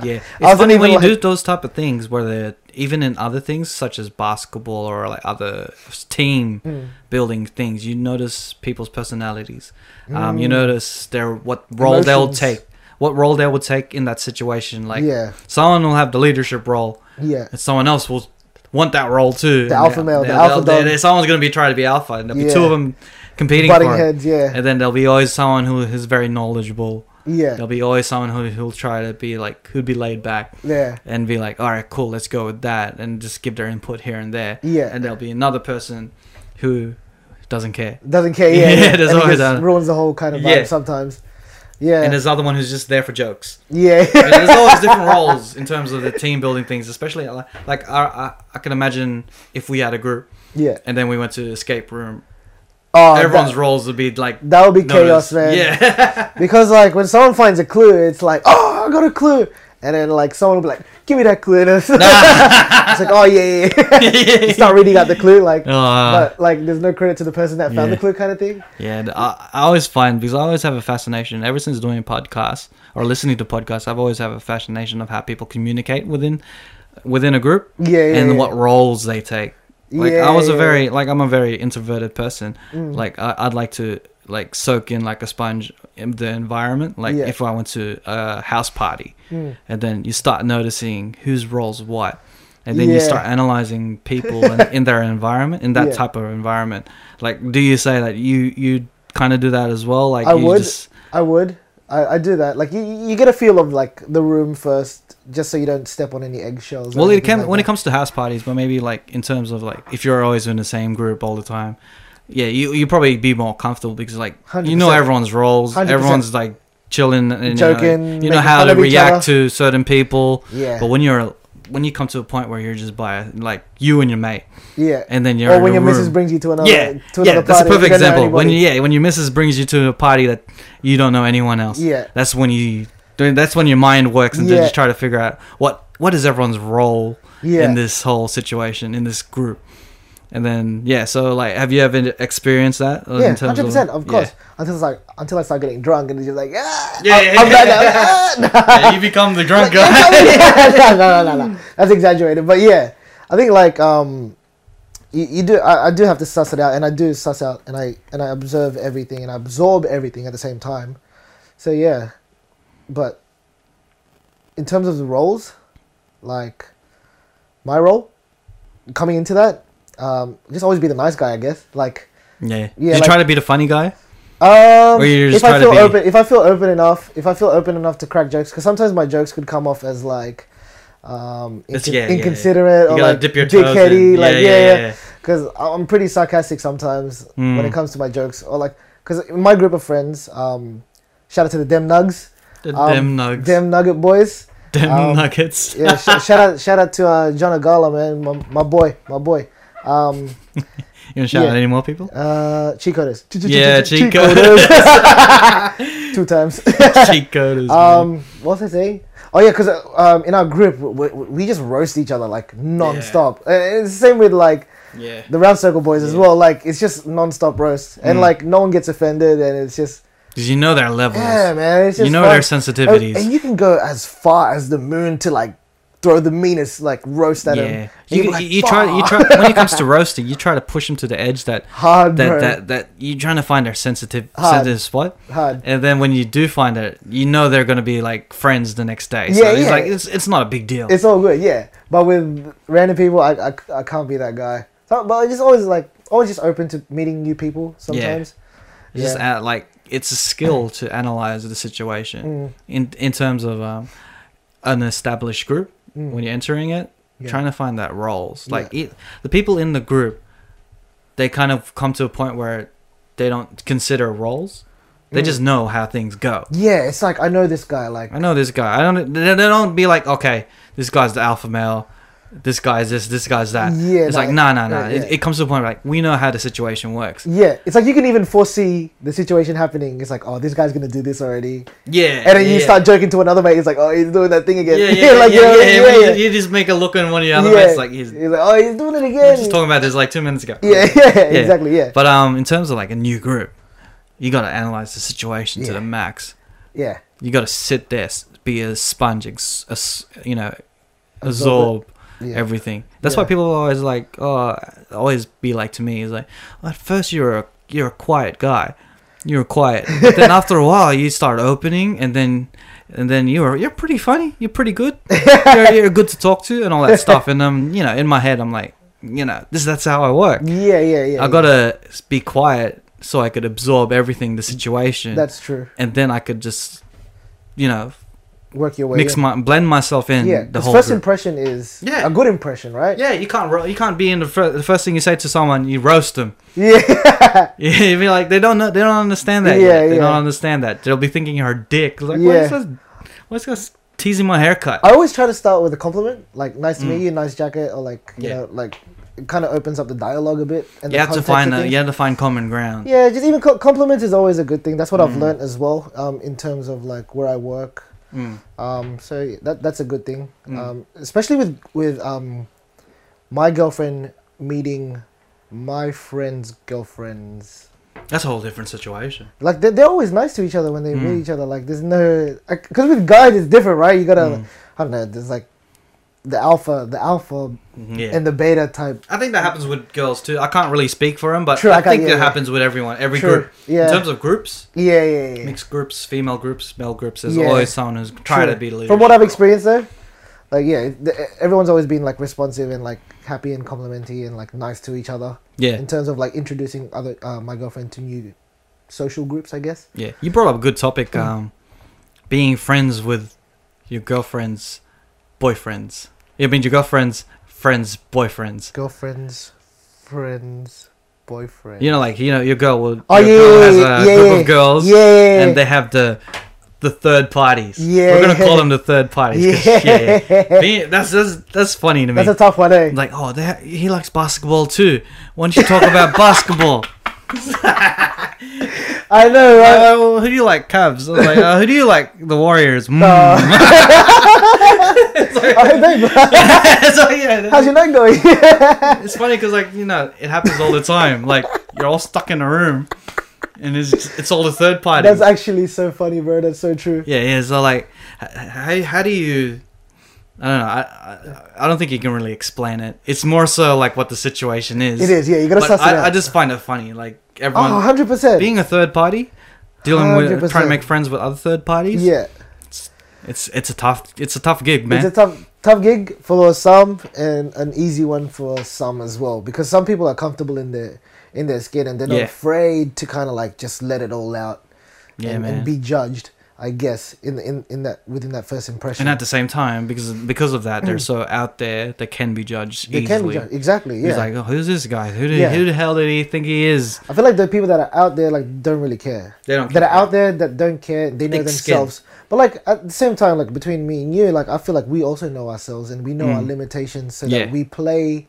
S2: yeah,
S3: wasn't
S2: it's funny when you
S3: even,
S2: do those type of things, where they're even in other things such as basketball or like other s- team
S3: Hmm.
S2: building things, you notice people's personalities. Um, you notice their what role they'll
S3: Hmm. Emotions.
S2: take, what role they will take in that situation. Like
S3: yeah,
S2: someone will have the leadership role,
S3: yeah,
S2: and someone else will want that role too.
S3: The
S2: And
S3: alpha
S2: they'll-
S3: male, the
S2: they'll-
S3: alpha
S2: they'll-
S3: dog.
S2: they'll- Someone's going to be trying to be alpha, and there'll be two
S3: Yeah.
S2: of them competing
S3: butting
S2: for it.
S3: heads. Yeah,
S2: And then there'll be always someone who is very knowledgeable.
S3: yeah,
S2: There'll be always someone who who'll try to be like who'd be laid back
S3: yeah,
S2: and be like, all right, cool, let's go with that, and just give their input here and there.
S3: yeah.
S2: And there'll be another person who doesn't care,
S3: doesn't care. Yeah,
S2: Yeah,
S3: yeah.
S2: there's
S3: And it
S2: always
S3: just
S2: that.
S3: ruins the whole kind of vibe
S2: Yeah.
S3: sometimes. Yeah,
S2: and there's other one who's just there for jokes.
S3: yeah,
S2: And there's always different roles in terms of the team building things, especially like, like I, I I can imagine if we had a group
S3: yeah.
S2: and then we went to escape room,
S3: Oh,
S2: everyone's
S3: that,
S2: roles would be like
S3: that would be
S2: noticed.
S3: chaos, man.
S2: Yeah,
S3: Because like when someone finds a clue, it's like, oh, I got a clue, and then like someone will be like, give me that clue. And it's, it's like, oh yeah, yeah. yeah. you start reading out the clue, like,
S2: Ah.
S3: but like there's no credit to the person that found
S2: Yeah.
S3: the clue, kind of thing.
S2: Yeah, and I, I always find because I always have a fascination ever since doing podcasts or listening to podcasts. I've always have a fascination of how people communicate within within a group
S3: Yeah, yeah.
S2: and
S3: yeah.
S2: what roles they take. Like
S3: Yeah,
S2: I was a
S3: yeah. Mm.
S2: very like I'm a very introverted person. Like I, I'd like to like soak in like a sponge in the environment. Like
S3: Yeah.
S2: if I went to a house party,
S3: Mm.
S2: and then you start noticing whose roles what, and then you
S3: Yeah.
S2: start analyzing people in, in their environment in that
S3: Yeah.
S2: type of environment. Like, do you say that you you kind of do that as well? Like,
S3: I
S2: you
S3: would.
S2: Just,
S3: I would, I, I do that. Like you, you get a feel of like the room first, just so you don't step on any eggshells. or
S2: well, it
S3: anything
S2: can
S3: like
S2: when it
S3: that.
S2: comes to house parties, but maybe like in terms of like if you're always in the same group all the time, Yeah, you you probably be more comfortable because like you know
S3: 100%.
S2: everyone's roles,
S3: 100%.
S2: everyone's like chilling and
S3: Joking,
S2: you know, you
S3: making
S2: know how
S3: fun
S2: to
S3: of each
S2: react
S3: other.
S2: to certain people.
S3: Yeah.
S2: But when you're when you come to a point where you're just by like you and your mate,
S3: Yeah.
S2: and then you're
S3: Or
S2: in
S3: when
S2: a
S3: your
S2: room.
S3: missus brings you uh, to another
S2: yeah,
S3: to another
S2: yeah,
S3: party.
S2: that's a
S3: you
S2: perfect
S3: don't know
S2: example. When
S3: anybody.
S2: you, yeah, when your missus brings you to a party that you don't know anyone else.
S3: Yeah.
S2: that's when you that's when your mind works and
S3: Yeah.
S2: you just try to figure out what what is everyone's role
S3: yeah.
S2: in this whole situation in this group. And then yeah, so like, have you ever experienced that? uh,
S3: yeah,
S2: in terms
S3: hundred percent, of
S2: yeah.
S3: course. Until it's like, until I start getting drunk, and it's just like, ah,
S2: Yeah,
S3: I'm-
S2: yeah,
S3: I'm
S2: yeah,
S3: back now. Ah, nah.
S2: Yeah, you become the drunk guy.
S3: no, no, no, no, no. That's exaggerated, but yeah, I think like um, you, you do. I, I do have to suss it out, and I do suss out, and I and I observe everything, and I absorb everything at the same time. So yeah, but in terms of the roles, like my role coming into that, um, just always be the nice guy, I guess. Like
S2: Yeah. Did
S3: Yeah,
S2: you
S3: like-
S2: try to be the funny guy?
S3: um,
S2: Or you just
S3: if I
S2: try to
S3: feel
S2: be-
S3: open, if I feel open enough, if I feel open enough to crack jokes, because sometimes my jokes could come off as like um,
S2: It's- yeah,
S3: incon-
S2: yeah, yeah.
S3: inconsiderate
S2: You
S3: or
S2: gotta
S3: like
S2: dip your toes
S3: dickheady,
S2: in.
S3: like
S2: Yeah, yeah, yeah,
S3: yeah,
S2: yeah. Mm.
S3: yeah. Because I'm pretty sarcastic sometimes when it comes to my jokes, or like because my group of friends, um, shout out to the Dem Nugs,
S2: The
S3: um,
S2: Dem nugs. Dem,
S3: Dem Nugget boys. um,
S2: nuggets.
S3: Yeah, sh- shout out, shout out to uh, John Agala, man, my, my boy, my boy. Um,
S2: You want to shout
S3: yeah.
S2: out any more people?
S3: uh, cheat coders. Ch- ch- ch-
S2: Yeah,
S3: ch-
S2: cheat
S3: cheat coders. Two times.
S2: Cheat coders. man.
S3: Um, what was I saying? Oh yeah, because uh, um, in our group we, we we just roast each other like non-stop. And It's the same with like
S2: yeah.
S3: the round circle boys as
S2: Yeah.
S3: well. Like it's just non-stop roast, and
S2: Mm.
S3: like no one gets offended, and it's just
S2: Because you know their levels.
S3: yeah, man. It's just
S2: you know
S3: fun.
S2: their
S3: and,
S2: sensitivities.
S3: and you can go as far as the moon to like throw the meanest like roast at
S2: yeah.
S3: him.
S2: You, you,
S3: You're like,
S2: you try you
S3: "Fuck."
S2: try when it comes to roasting, you try to push them to the edge that
S3: hard,
S2: that
S3: bro.
S2: that, that you're trying to find their sensitive
S3: Hard.
S2: sensitive spot.
S3: hard.
S2: And then when you do find it, you know they're gonna be like friends the next day.
S3: Yeah,
S2: So it's
S3: yeah.
S2: like it's it's not a big deal.
S3: It's all good, yeah. But with random people, I, I, I can't be that guy. So, but I just always like always just open to meeting new people sometimes.
S2: It's just at, like it's a skill to analyze the situation
S3: Mm,
S2: in in terms of um, an established group
S3: mm.
S2: when you're entering it,
S3: Yeah.
S2: trying to find that roles. Like it, the people in the group, they kind of come to a point where they don't consider roles. They
S3: Mm.
S2: just know how things go.
S3: Yeah, it's like I know this guy. Like
S2: I know this guy. I don't. They they don't be like, okay, this guy's the alpha male. This guy's this. This guy's that.
S3: Yeah,
S2: it's
S3: no,
S2: like nah, nah, nah.
S3: yeah,
S2: It,
S3: yeah. Mm.
S2: it comes to a point where like we know how the situation works.
S3: yeah, it's like you can even foresee the situation happening. It's like oh, this guy's gonna do this already,
S2: Yeah,
S3: and then you
S2: yeah.
S3: start joking to another mate. It's like oh, he's doing that thing again.
S2: Yeah, yeah, yeah,
S3: like
S2: yeah,
S3: you know,
S2: yeah, when You, you just make a look on one of the other mates, like he's,
S3: he's like oh, he's doing it
S2: we
S3: again.
S2: were just talking about this like two minutes ago.
S3: yeah, yeah, exactly. Yeah,
S2: But um, in terms of like a new group, you got to analyze the situation to
S3: Yeah.
S2: the max.
S3: yeah,
S2: You got to sit there, s- be a sponge, ex- as- you know, absorb
S3: Absorb yeah.
S2: everything. That's why
S3: Yeah.
S2: people are always like, oh, always be like to me is like, at first you're a you're a quiet guy, you're quiet. But then after a while you start opening, and then and then you're you're pretty funny, you're pretty good, you're, you're good to talk to, and all that stuff. And um, you know, in my head I'm like, you know, this that's how I work.
S3: yeah, yeah, yeah.
S2: I gotta be quiet so I could absorb everything, the situation,
S3: That's true.
S2: and then I could just, you know,
S3: Work your way.
S2: mix
S3: in.
S2: my blend myself in
S3: yeah,
S2: the
S3: 'cause
S2: whole.
S3: first
S2: group.
S3: impression is
S2: Yeah.
S3: a good impression, right?
S2: Yeah, you can't ro- you can't be in the, fir- the first thing you say to someone you roast them.
S3: Yeah,
S2: Yeah, you be like they don't know they don't understand that.
S3: Yeah,
S2: yet. They don't
S3: yeah.
S2: understand that. They'll be thinking you're a dick. Like
S3: Yeah. Oh,
S2: what's this? What's this teasing my haircut?
S3: I always try to start with a compliment, like "nice to
S2: Mm.
S3: meet you," "nice jacket," or like you
S2: Yeah.
S3: know, like it kind of opens up the dialogue a bit. And
S2: you
S3: the
S2: have to
S3: context
S2: find a,
S3: of things.
S2: you have to find common ground.
S3: Yeah, just even co- compliments is always a good thing. That's what I've learned as well, um, in terms of like where I work.
S2: Mm.
S3: Um, so that that's a good thing,
S2: Mm.
S3: um, especially with with um, my girlfriend meeting my friend's girlfriends.
S2: That's a whole different situation.
S3: Like they're, they're always nice to each other when they
S2: Mm.
S3: meet each other. Like there's no because with guys it's different, right? You gotta
S2: Mm.
S3: I don't know. There's like the alpha, the alpha
S2: Mm-hmm. Yeah.
S3: and the beta type.
S2: I think that happens with girls too. I can't really speak for them, but
S3: True,
S2: I
S3: I can't-
S2: think
S3: yeah,
S2: that
S3: yeah.
S2: happens with everyone, every
S3: True.
S2: group.
S3: Yeah.
S2: In terms of groups,
S3: yeah, yeah, yeah.
S2: mixed groups, female groups, male groups, there's
S3: Yeah.
S2: always someone who's trying
S3: True.
S2: to be the leader.
S3: From what I've experienced though, like yeah, the, everyone's always been like responsive and like happy and complimentary and like nice to each other
S2: Yeah,
S3: in terms of like introducing other uh, my girlfriend to new social groups, I guess.
S2: yeah. You brought up a good topic, um, being friends with your girlfriend's boyfriends. It means your girlfriend's friends' boyfriends.
S3: Girlfriends, friends,
S4: boyfriend.
S2: You know, like you know, your girl will.
S3: Oh,
S2: your girl
S3: yeah,
S2: has
S3: yeah,
S2: a
S3: yeah,
S2: group
S3: yeah.
S2: of girls.
S3: Yeah, yeah, yeah.
S2: And they have the the third parties.
S3: Yeah.
S2: We're gonna call them the third parties. 'cause, Yeah. Me- that's, that's that's funny to me.
S3: That's a tough one, eh?
S2: like, oh, they ha- he likes basketball too. Why don't you talk about basketball?
S3: I know,
S2: Uh,
S3: right?
S2: well, who do you like, Cubs? I was like, uh, who do you like, the Warriors? Mm.
S3: uh,
S2: hmm.
S3: I know, bro.
S2: so, yeah,
S3: How's your night going?
S2: it's funny because like you know it happens all the time. Like you're all stuck in a room, and it's it's all the third parties.
S3: That's actually so funny, bro. That's so true.
S2: Yeah, yeah. So like, h- how, how do you? I don't know. I, I I don't think you can really explain it. It's more so like what the situation is.
S3: It is, yeah. You gotta
S2: But
S3: suss it out.
S2: I, I just find it funny. Like everyone
S3: oh, 100%.
S2: being a third party, dealing with
S3: 100%.
S2: trying to make friends with other third parties.
S3: yeah.
S2: it's it's a tough it's a tough gig, man.
S3: It's a tough tough gig for some and an easy one for some as well because some people are comfortable in their in their skin and they're not
S2: Yeah.
S3: afraid to kind of like just let it all out
S2: yeah,
S3: and,
S2: man.
S3: and be judged I guess in in in that within that first impression
S2: and at the same time, because because of that, they're so out there. They can be judged
S3: they
S2: easily.
S3: can be judged exactly yeah
S2: He's like, oh, who's this guy? Who, did,
S3: Yeah.
S2: who the hell did he think he is?
S3: I feel like the people that are out there like don't really care
S2: They don't
S3: that
S2: care.
S3: are out there that don't care they know
S2: Thick skin.
S3: themselves but like at the same time like between me and you like I feel like we also know ourselves and we know our limitations so
S2: Mm. Yeah.
S3: that we play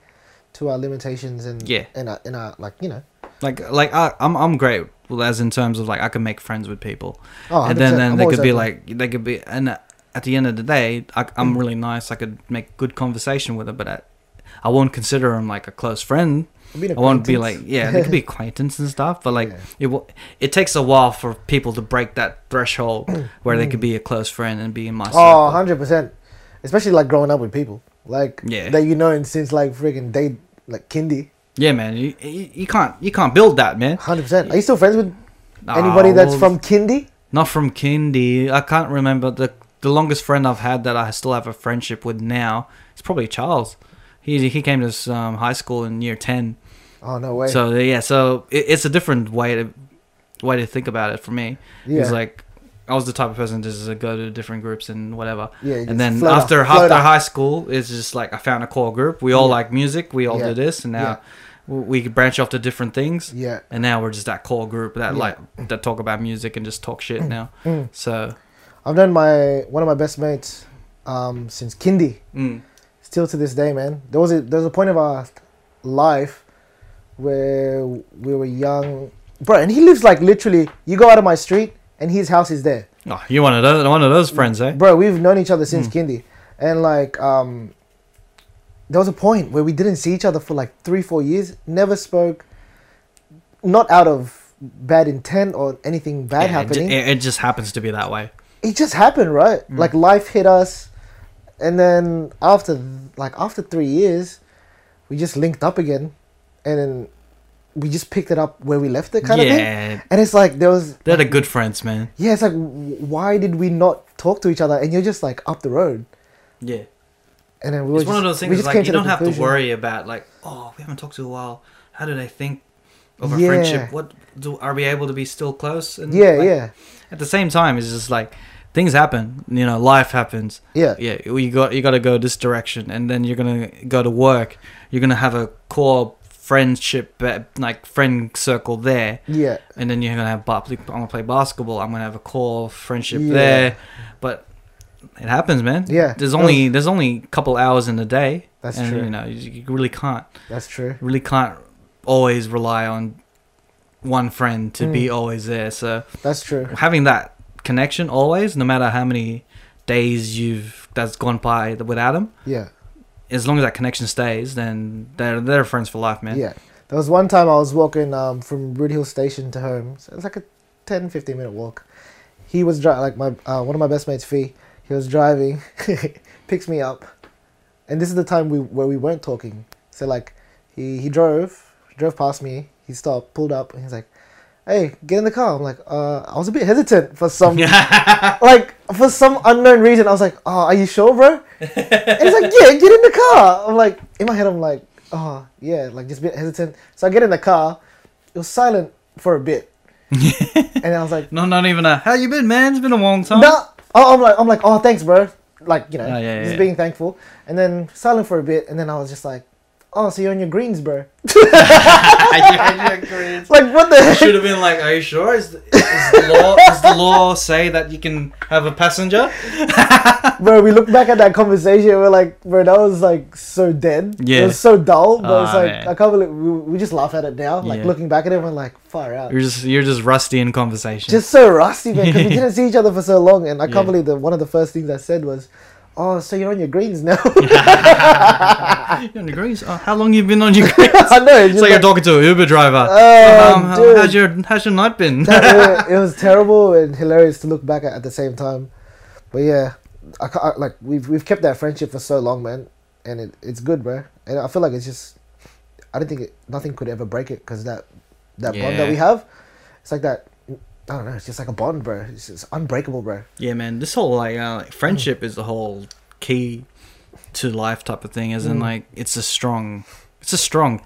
S3: to our limitations and
S2: Yeah.
S3: and our, and our like you know
S2: Like, like I, I'm, I'm great. Well, as in terms of like, I can make friends with people,
S3: Oh,
S2: and then
S3: 100%.
S2: then
S3: I'm
S2: they
S3: always
S2: could be
S3: open. Mm.
S2: like, they could be, and uh, at the end of the day, I, I'm really nice. I could make good conversation with them, but I, I won't consider them like a close friend.
S3: Be an
S2: I won't be like,
S3: acquaintance.
S2: yeah, they could be acquaintance and stuff, but like,
S3: Yeah.
S2: it will, it takes a while for people to break that threshold where they could be a close friend and be in my
S3: Mm. Oh,
S2: circle.
S3: 100 percent. Especially like growing up with people like
S2: Yeah.
S3: that you know and since like freaking day like kindy.
S2: yeah, man, you, you, you can't you can't build that, man.
S3: 100. percent Are you still friends with
S2: Nah,
S3: anybody that's
S2: well,
S3: from kindy?
S2: Not from kindy. I can't remember the the longest friend I've had that I still have a friendship with now. It's probably Charles. He he came to um, high school in year ten.
S3: Oh no way.
S2: So yeah, so it, it's a different way to way to think about it for me.
S3: Yeah.
S2: It's like I was the type of person to just go to different groups and whatever.
S3: Yeah, just
S2: and then
S3: float up,
S2: after
S3: float
S2: after
S3: up.
S2: high school, it's just like I found a core group. We all
S3: Yeah.
S2: like music. We all
S3: Yeah.
S2: do this, and now w we could branch off to different things.
S3: yeah.
S2: And now we're just that core group that
S3: Yeah.
S2: like that talk about music and just talk shit now.
S3: Mm.
S2: So
S3: I've known my one of my best mates um since kindy.
S2: mm,
S3: Still to this day, man. There was a there was a point of our life where we were young. Bro, and he lives like literally you go out of my street and his house is there.
S2: oh, you're one of those one of those friends, eh?
S3: bro we've known each other since
S2: Hmm.
S3: kindy and like um there was a point where we didn't see each other for like three four years never spoke not out of bad intent or anything bad
S2: Yeah, it ju-
S3: happening
S2: It, it just happens to be that way.
S3: it just happened right
S2: Mm.
S3: like life hit us and then after like after three years we just linked up again and then we just picked it up where we left it kind of thing
S2: yeah,
S3: and it's like there was
S2: they're the good friends, man.
S3: yeah it's like w- why did we not talk to each other and you're just like up the road
S2: Yeah.
S3: And then we were
S2: it's one of
S3: just-
S2: those
S3: we
S2: things
S3: just
S2: like
S3: came
S2: you
S3: the
S2: don't have to
S3: conclusion.
S2: worry about like oh we haven't talked to a while how do they think of our
S3: Yeah.
S2: friendship what do are we able to be still close and
S3: Yeah,
S2: like,
S3: yeah,
S2: at the same time it's just like things happen you know life happens
S3: yeah,
S2: yeah you got you got to go this direction and then you're gonna go to work you're gonna have a core friendship uh, like friend circle there
S3: yeah,
S2: and then you're gonna have ba- I'm gonna play basketball. I'm gonna have a core friendship
S3: Yeah.
S2: there, but it happens, man.
S3: Yeah. Oh.
S2: there's only there's only a couple hours in the day.
S3: That's
S2: and,
S3: true.
S2: You know, you, you really can't
S3: That's true.
S2: really can't always rely on one friend to
S3: Mm.
S2: be always there. So
S3: That's true.
S2: having that connection always, no matter how many days you've that's gone by without them,
S3: Yeah,
S2: as long as that connection stays, then they're they're friends for life, man.
S3: yeah. There was one time I was walking um, from Root Hill Station to home. So it's like a 10, 15 minute walk. He was driving, like my uh, one of my best mates, Fee. He was driving, picks me up, and this is the time we where we weren't talking. So like, he he drove, drove past me. He stopped, pulled up, and he's like, "Hey, get in the car." I'm like, "Uh, I was a bit hesitant for some like for some unknown reason, I was like, "Oh, are you sure, bro?" And he's like, "Yeah, get in the car." I'm like, in my head, I'm like, "Oh, yeah," like just a bit hesitant. So I get in the car. It was silent for a bit, and I was like,
S2: No, not even a how you been, man. It's been a long time.
S3: "No." Oh, I'm like, I'm like, "Oh, thanks, bro." Like you know,
S2: Oh, yeah, yeah,
S3: just
S2: yeah.
S3: being thankful. And then silent for a bit, and then I was just like, oh, so you're on your greens, bro.
S2: I
S3: Like, what the heck?
S2: should have been like, are you sure? Is the, is the law does the law say that you can have a passenger?
S3: bro, we look back at that conversation and we're like, bro, that was like so dead. It
S2: Yeah.
S3: was so dull, but it's
S2: Ah,
S3: like,
S2: man.
S3: I can't believe, we, we just laugh at it now. Like,
S2: Yeah.
S3: looking back at it, we're like, far out.
S2: You're just you're just rusty in conversation.
S3: Just so rusty, man, because we didn't see each other for so long. And I can't
S2: Yeah.
S3: believe that one of the first things I said was, oh, so you're on your greens now.
S2: you on your greens? Oh, how long you been on your greens?
S3: I know. it's
S2: it's
S3: just
S2: like you're talking to an Uber driver.
S3: Oh,
S2: um, how-
S3: dude.
S2: how's your how's your night been?
S3: That- it, it was terrible and hilarious to look back at at the same time. But yeah, I, ca- I- like we've we've kept that friendship for so long, man, and it, it's good, bro. And I feel like it's just, I don't think it, nothing could ever break it because that that bond that
S2: Yeah.
S3: we have, it's like that. I don't know. It's just like a bond, bro. It's just unbreakable, bro.
S2: Yeah, man. This whole like, uh, like
S3: Mm.
S2: friendship is the whole key to life type of thing. As in,
S3: Mm.
S2: like, it's a strong, it's a strong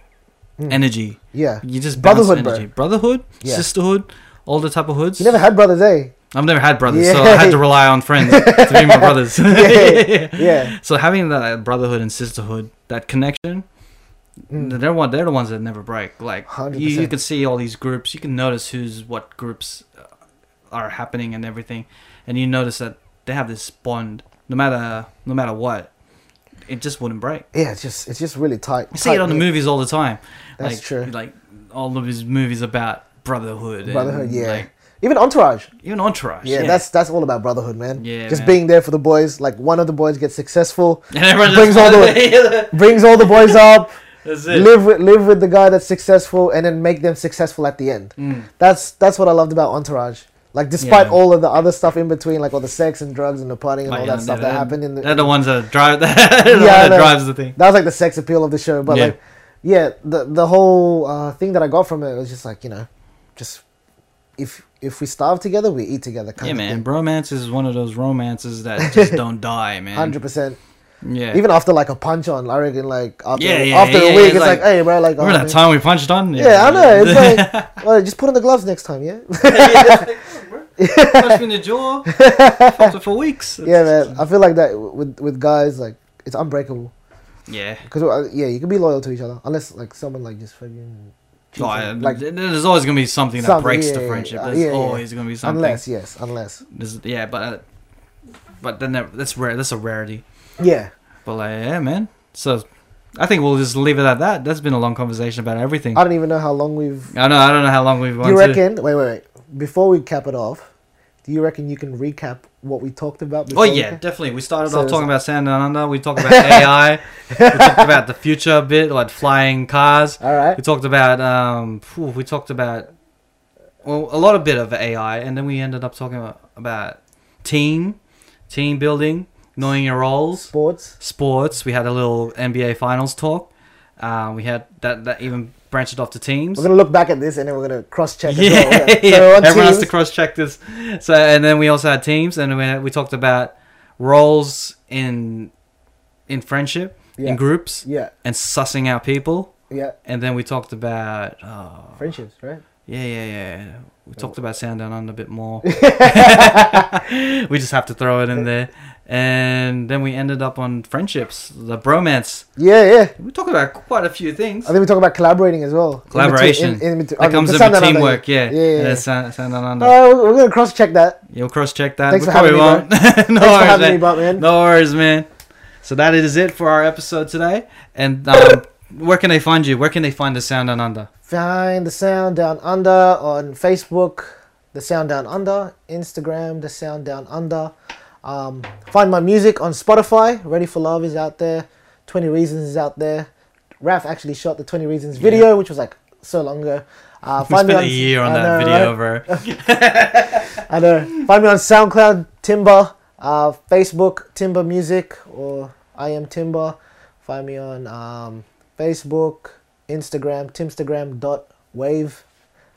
S3: Mm.
S2: energy.
S3: Yeah.
S2: You just bounce
S3: Brotherhood, bro.
S2: energy. brotherhood,
S3: Yeah.
S2: sisterhood, all the type of hoods.
S3: You never had brothers, eh?
S2: I've never had brothers, so I had to
S3: Yeah.
S2: rely on friends to be my brothers.
S3: Yeah.
S2: So having that brotherhood and sisterhood, that connection,
S3: Mm.
S2: they're one. They're the ones that never break. Like you, you
S3: 100%.
S2: can see all these groups. You can notice who's what groups uh, are happening and everything, and you notice that they have this bond. No matter no matter what, it just wouldn't break.
S3: Yeah. It's just it's just really tight.
S2: You see it on the
S3: tight-knit.
S2: movies all the time.
S3: That's
S2: like,
S3: true.
S2: Like all of his movies about brotherhood.
S3: Brotherhood,
S2: and,
S3: yeah.
S2: like,
S3: Even Entourage.
S2: even entourage.
S3: Yeah, that's that's all about brotherhood, man.
S2: Yeah,
S3: just
S2: man.
S3: being there for the boys. Like one of the boys gets successful,
S2: and everyone
S3: brings
S2: brings
S3: all
S2: all
S3: brings all the boys up,
S2: That's it.
S3: live with live with the guy that's successful, and then make them successful at the end.
S2: Mm.
S3: That's that's what I loved about Entourage. Like despite
S2: Yeah.
S3: all of the other stuff in between, like all the sex and drugs and the partying and
S2: Like,
S3: all
S2: yeah,
S3: that stuff
S2: they're-
S3: that happened in the
S2: They're the ones that drive. they're the one
S3: Yeah, I
S2: that
S3: know.
S2: drives the thing.
S3: that was like the sex appeal of the show. But
S2: Yeah.
S3: like, yeah, the the whole uh, thing that I got from it was just like you know, just if if we starve together, we eat together. Kind
S2: Yeah, man.
S3: of
S2: Bromance is one of those romances that just don't die, man.
S3: Hundred percent.
S2: Yeah.
S3: Even after like a punch on, I reckon like after
S2: Yeah, yeah,
S3: after
S2: yeah,
S3: a
S2: yeah,
S3: week,
S2: it's
S3: it's like,
S2: like-
S3: hey, bro, like
S2: Remember
S3: oh,
S2: that
S3: man.
S2: time we punched on?
S3: Yeah, I know. It's like, well, just put on the gloves next time, yeah.
S2: Punched me in the jaw. After for weeks.
S3: yeah, man. I feel like that with with guys, like it's unbreakable
S2: Yeah.
S3: because uh, yeah, you can be loyal to each other unless like someone like just fucking cheats
S2: Oh,
S3: on
S2: yeah,
S3: you. like
S2: th- there's always gonna be something that
S3: Something,
S2: breaks
S3: yeah,
S2: the
S3: yeah,
S2: friendship.
S3: yeah,
S2: There's
S3: yeah, yeah.
S2: always gonna be something.
S3: unless yes, unless
S2: There's- yeah, but uh, but then that- that's rare. That's a rarity.
S3: yeah,
S2: But like, yeah, man. So I think we'll just leave it at that. That's been a long conversation about everything.
S3: I
S2: I,
S3: don't even know how long we've.
S2: know. I don't know how long we've.
S3: you
S2: gone to.
S3: reckon? Wait, wait, wait. Before we cap it off, do you reckon you can recap what we talked about?
S2: Oh
S3: Before we
S2: yeah,
S3: ca-
S2: definitely. We started
S3: So
S2: off
S3: it's
S2: talking about Sand and Under. We talked about AI. we talked about the future a bit, like flying cars.
S3: All right.
S2: We talked about um, phew, we talked about well a lot of bit of AI, and then we ended up talking about, about team, team building, knowing your roles,
S3: Sports.
S2: sports. We had a little NBA finals talk. Uh, we had that that even branched off to teams.
S3: We're gonna look back at this and then we're gonna cross check.
S2: Yeah,
S3: well, yeah.
S2: yeah.
S3: So on
S2: everyone has to
S3: teams-
S2: cross check this. So, and then we also had teams, and we, we talked about roles in in friendship,
S3: Yeah.
S2: in groups,
S3: yeah,
S2: and sussing out people.
S3: yeah.
S2: And then we talked about oh,
S3: Friendships, right?
S2: yeah, yeah, yeah. We talked about sound down under a bit more. we just have to throw it in there. And then we ended up on friendships, the bromance.
S3: Yeah, yeah.
S2: We talked about quite a few things.
S3: I think we talk about collaborating as well. In between-
S2: Collaboration.
S3: between-
S2: That
S3: okay,
S2: comes
S3: the
S2: in
S3: sound
S2: with
S3: and under,
S2: teamwork, yeah.
S3: Yeah, yeah,
S2: And
S3: yeah. Oh,
S2: it's sound, sound down under.
S3: All right, Uh, we're, we're gonna cross check that.
S2: You'll cross check that.
S3: Thanks
S2: we
S3: for having
S2: probably
S3: me, bro.
S2: won't. no
S3: Thanks for
S2: worries,
S3: having
S2: man.
S3: me, Batman.
S2: No worries, man. So that is it for our episode today. And um, where can they find you? Where can they find the Sound and Under?
S3: Find the sound down under on Facebook, the sound down under, Instagram, the sound down under. Um, find my music on Spotify. Ready for Love is out there. Twenty Reasons is out there. Raf actually shot the Twenty Reasons video, which was like so long ago. Uh,
S2: We
S3: me
S2: spent a
S3: on-
S2: year on
S3: I
S2: that
S3: know, right?
S2: video, bro.
S3: I know. Find me on SoundCloud, Timber, uh, Facebook, Timber Music, or I am Timber. Find me on um, Facebook, Instagram, Timstagram dot wave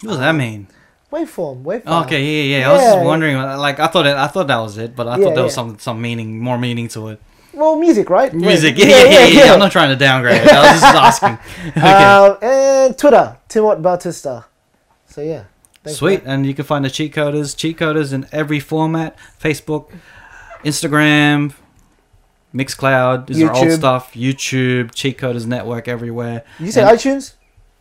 S2: What does that mean?
S3: waveform waveform.
S2: Okay, yeah, yeah. I was
S3: Oh. Yeah.
S2: just wondering. uh, Like, I thought it, I thought that was it, but I
S3: Yeah,
S2: thought there was
S3: yeah.
S2: some some meaning, more meaning to it.
S3: Well, music, right?
S2: Music, yeah, yeah, yeah. yeah, I'm not trying to downgrade it. I was just asking. Okay,
S3: Um, and Twitter, Timot Bautista. So yeah. Thanks,
S2: sweet.
S3: man.
S2: And you can find the cheat coders, cheat coders in every format: Facebook, Instagram, Mixcloud is our old
S3: YouTube.
S2: stuff. YouTube, Cheat Coders Network everywhere.
S3: You say
S2: And-
S3: iTunes?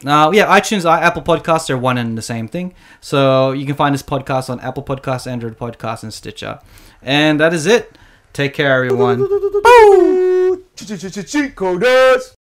S2: Uh, yeah, iTunes, i- Apple Podcasts are one and the same thing. So you can find this podcast on Apple Podcasts, Android Podcasts, and Stitcher. And that is it. Take care, everyone.
S3: Cheat coders.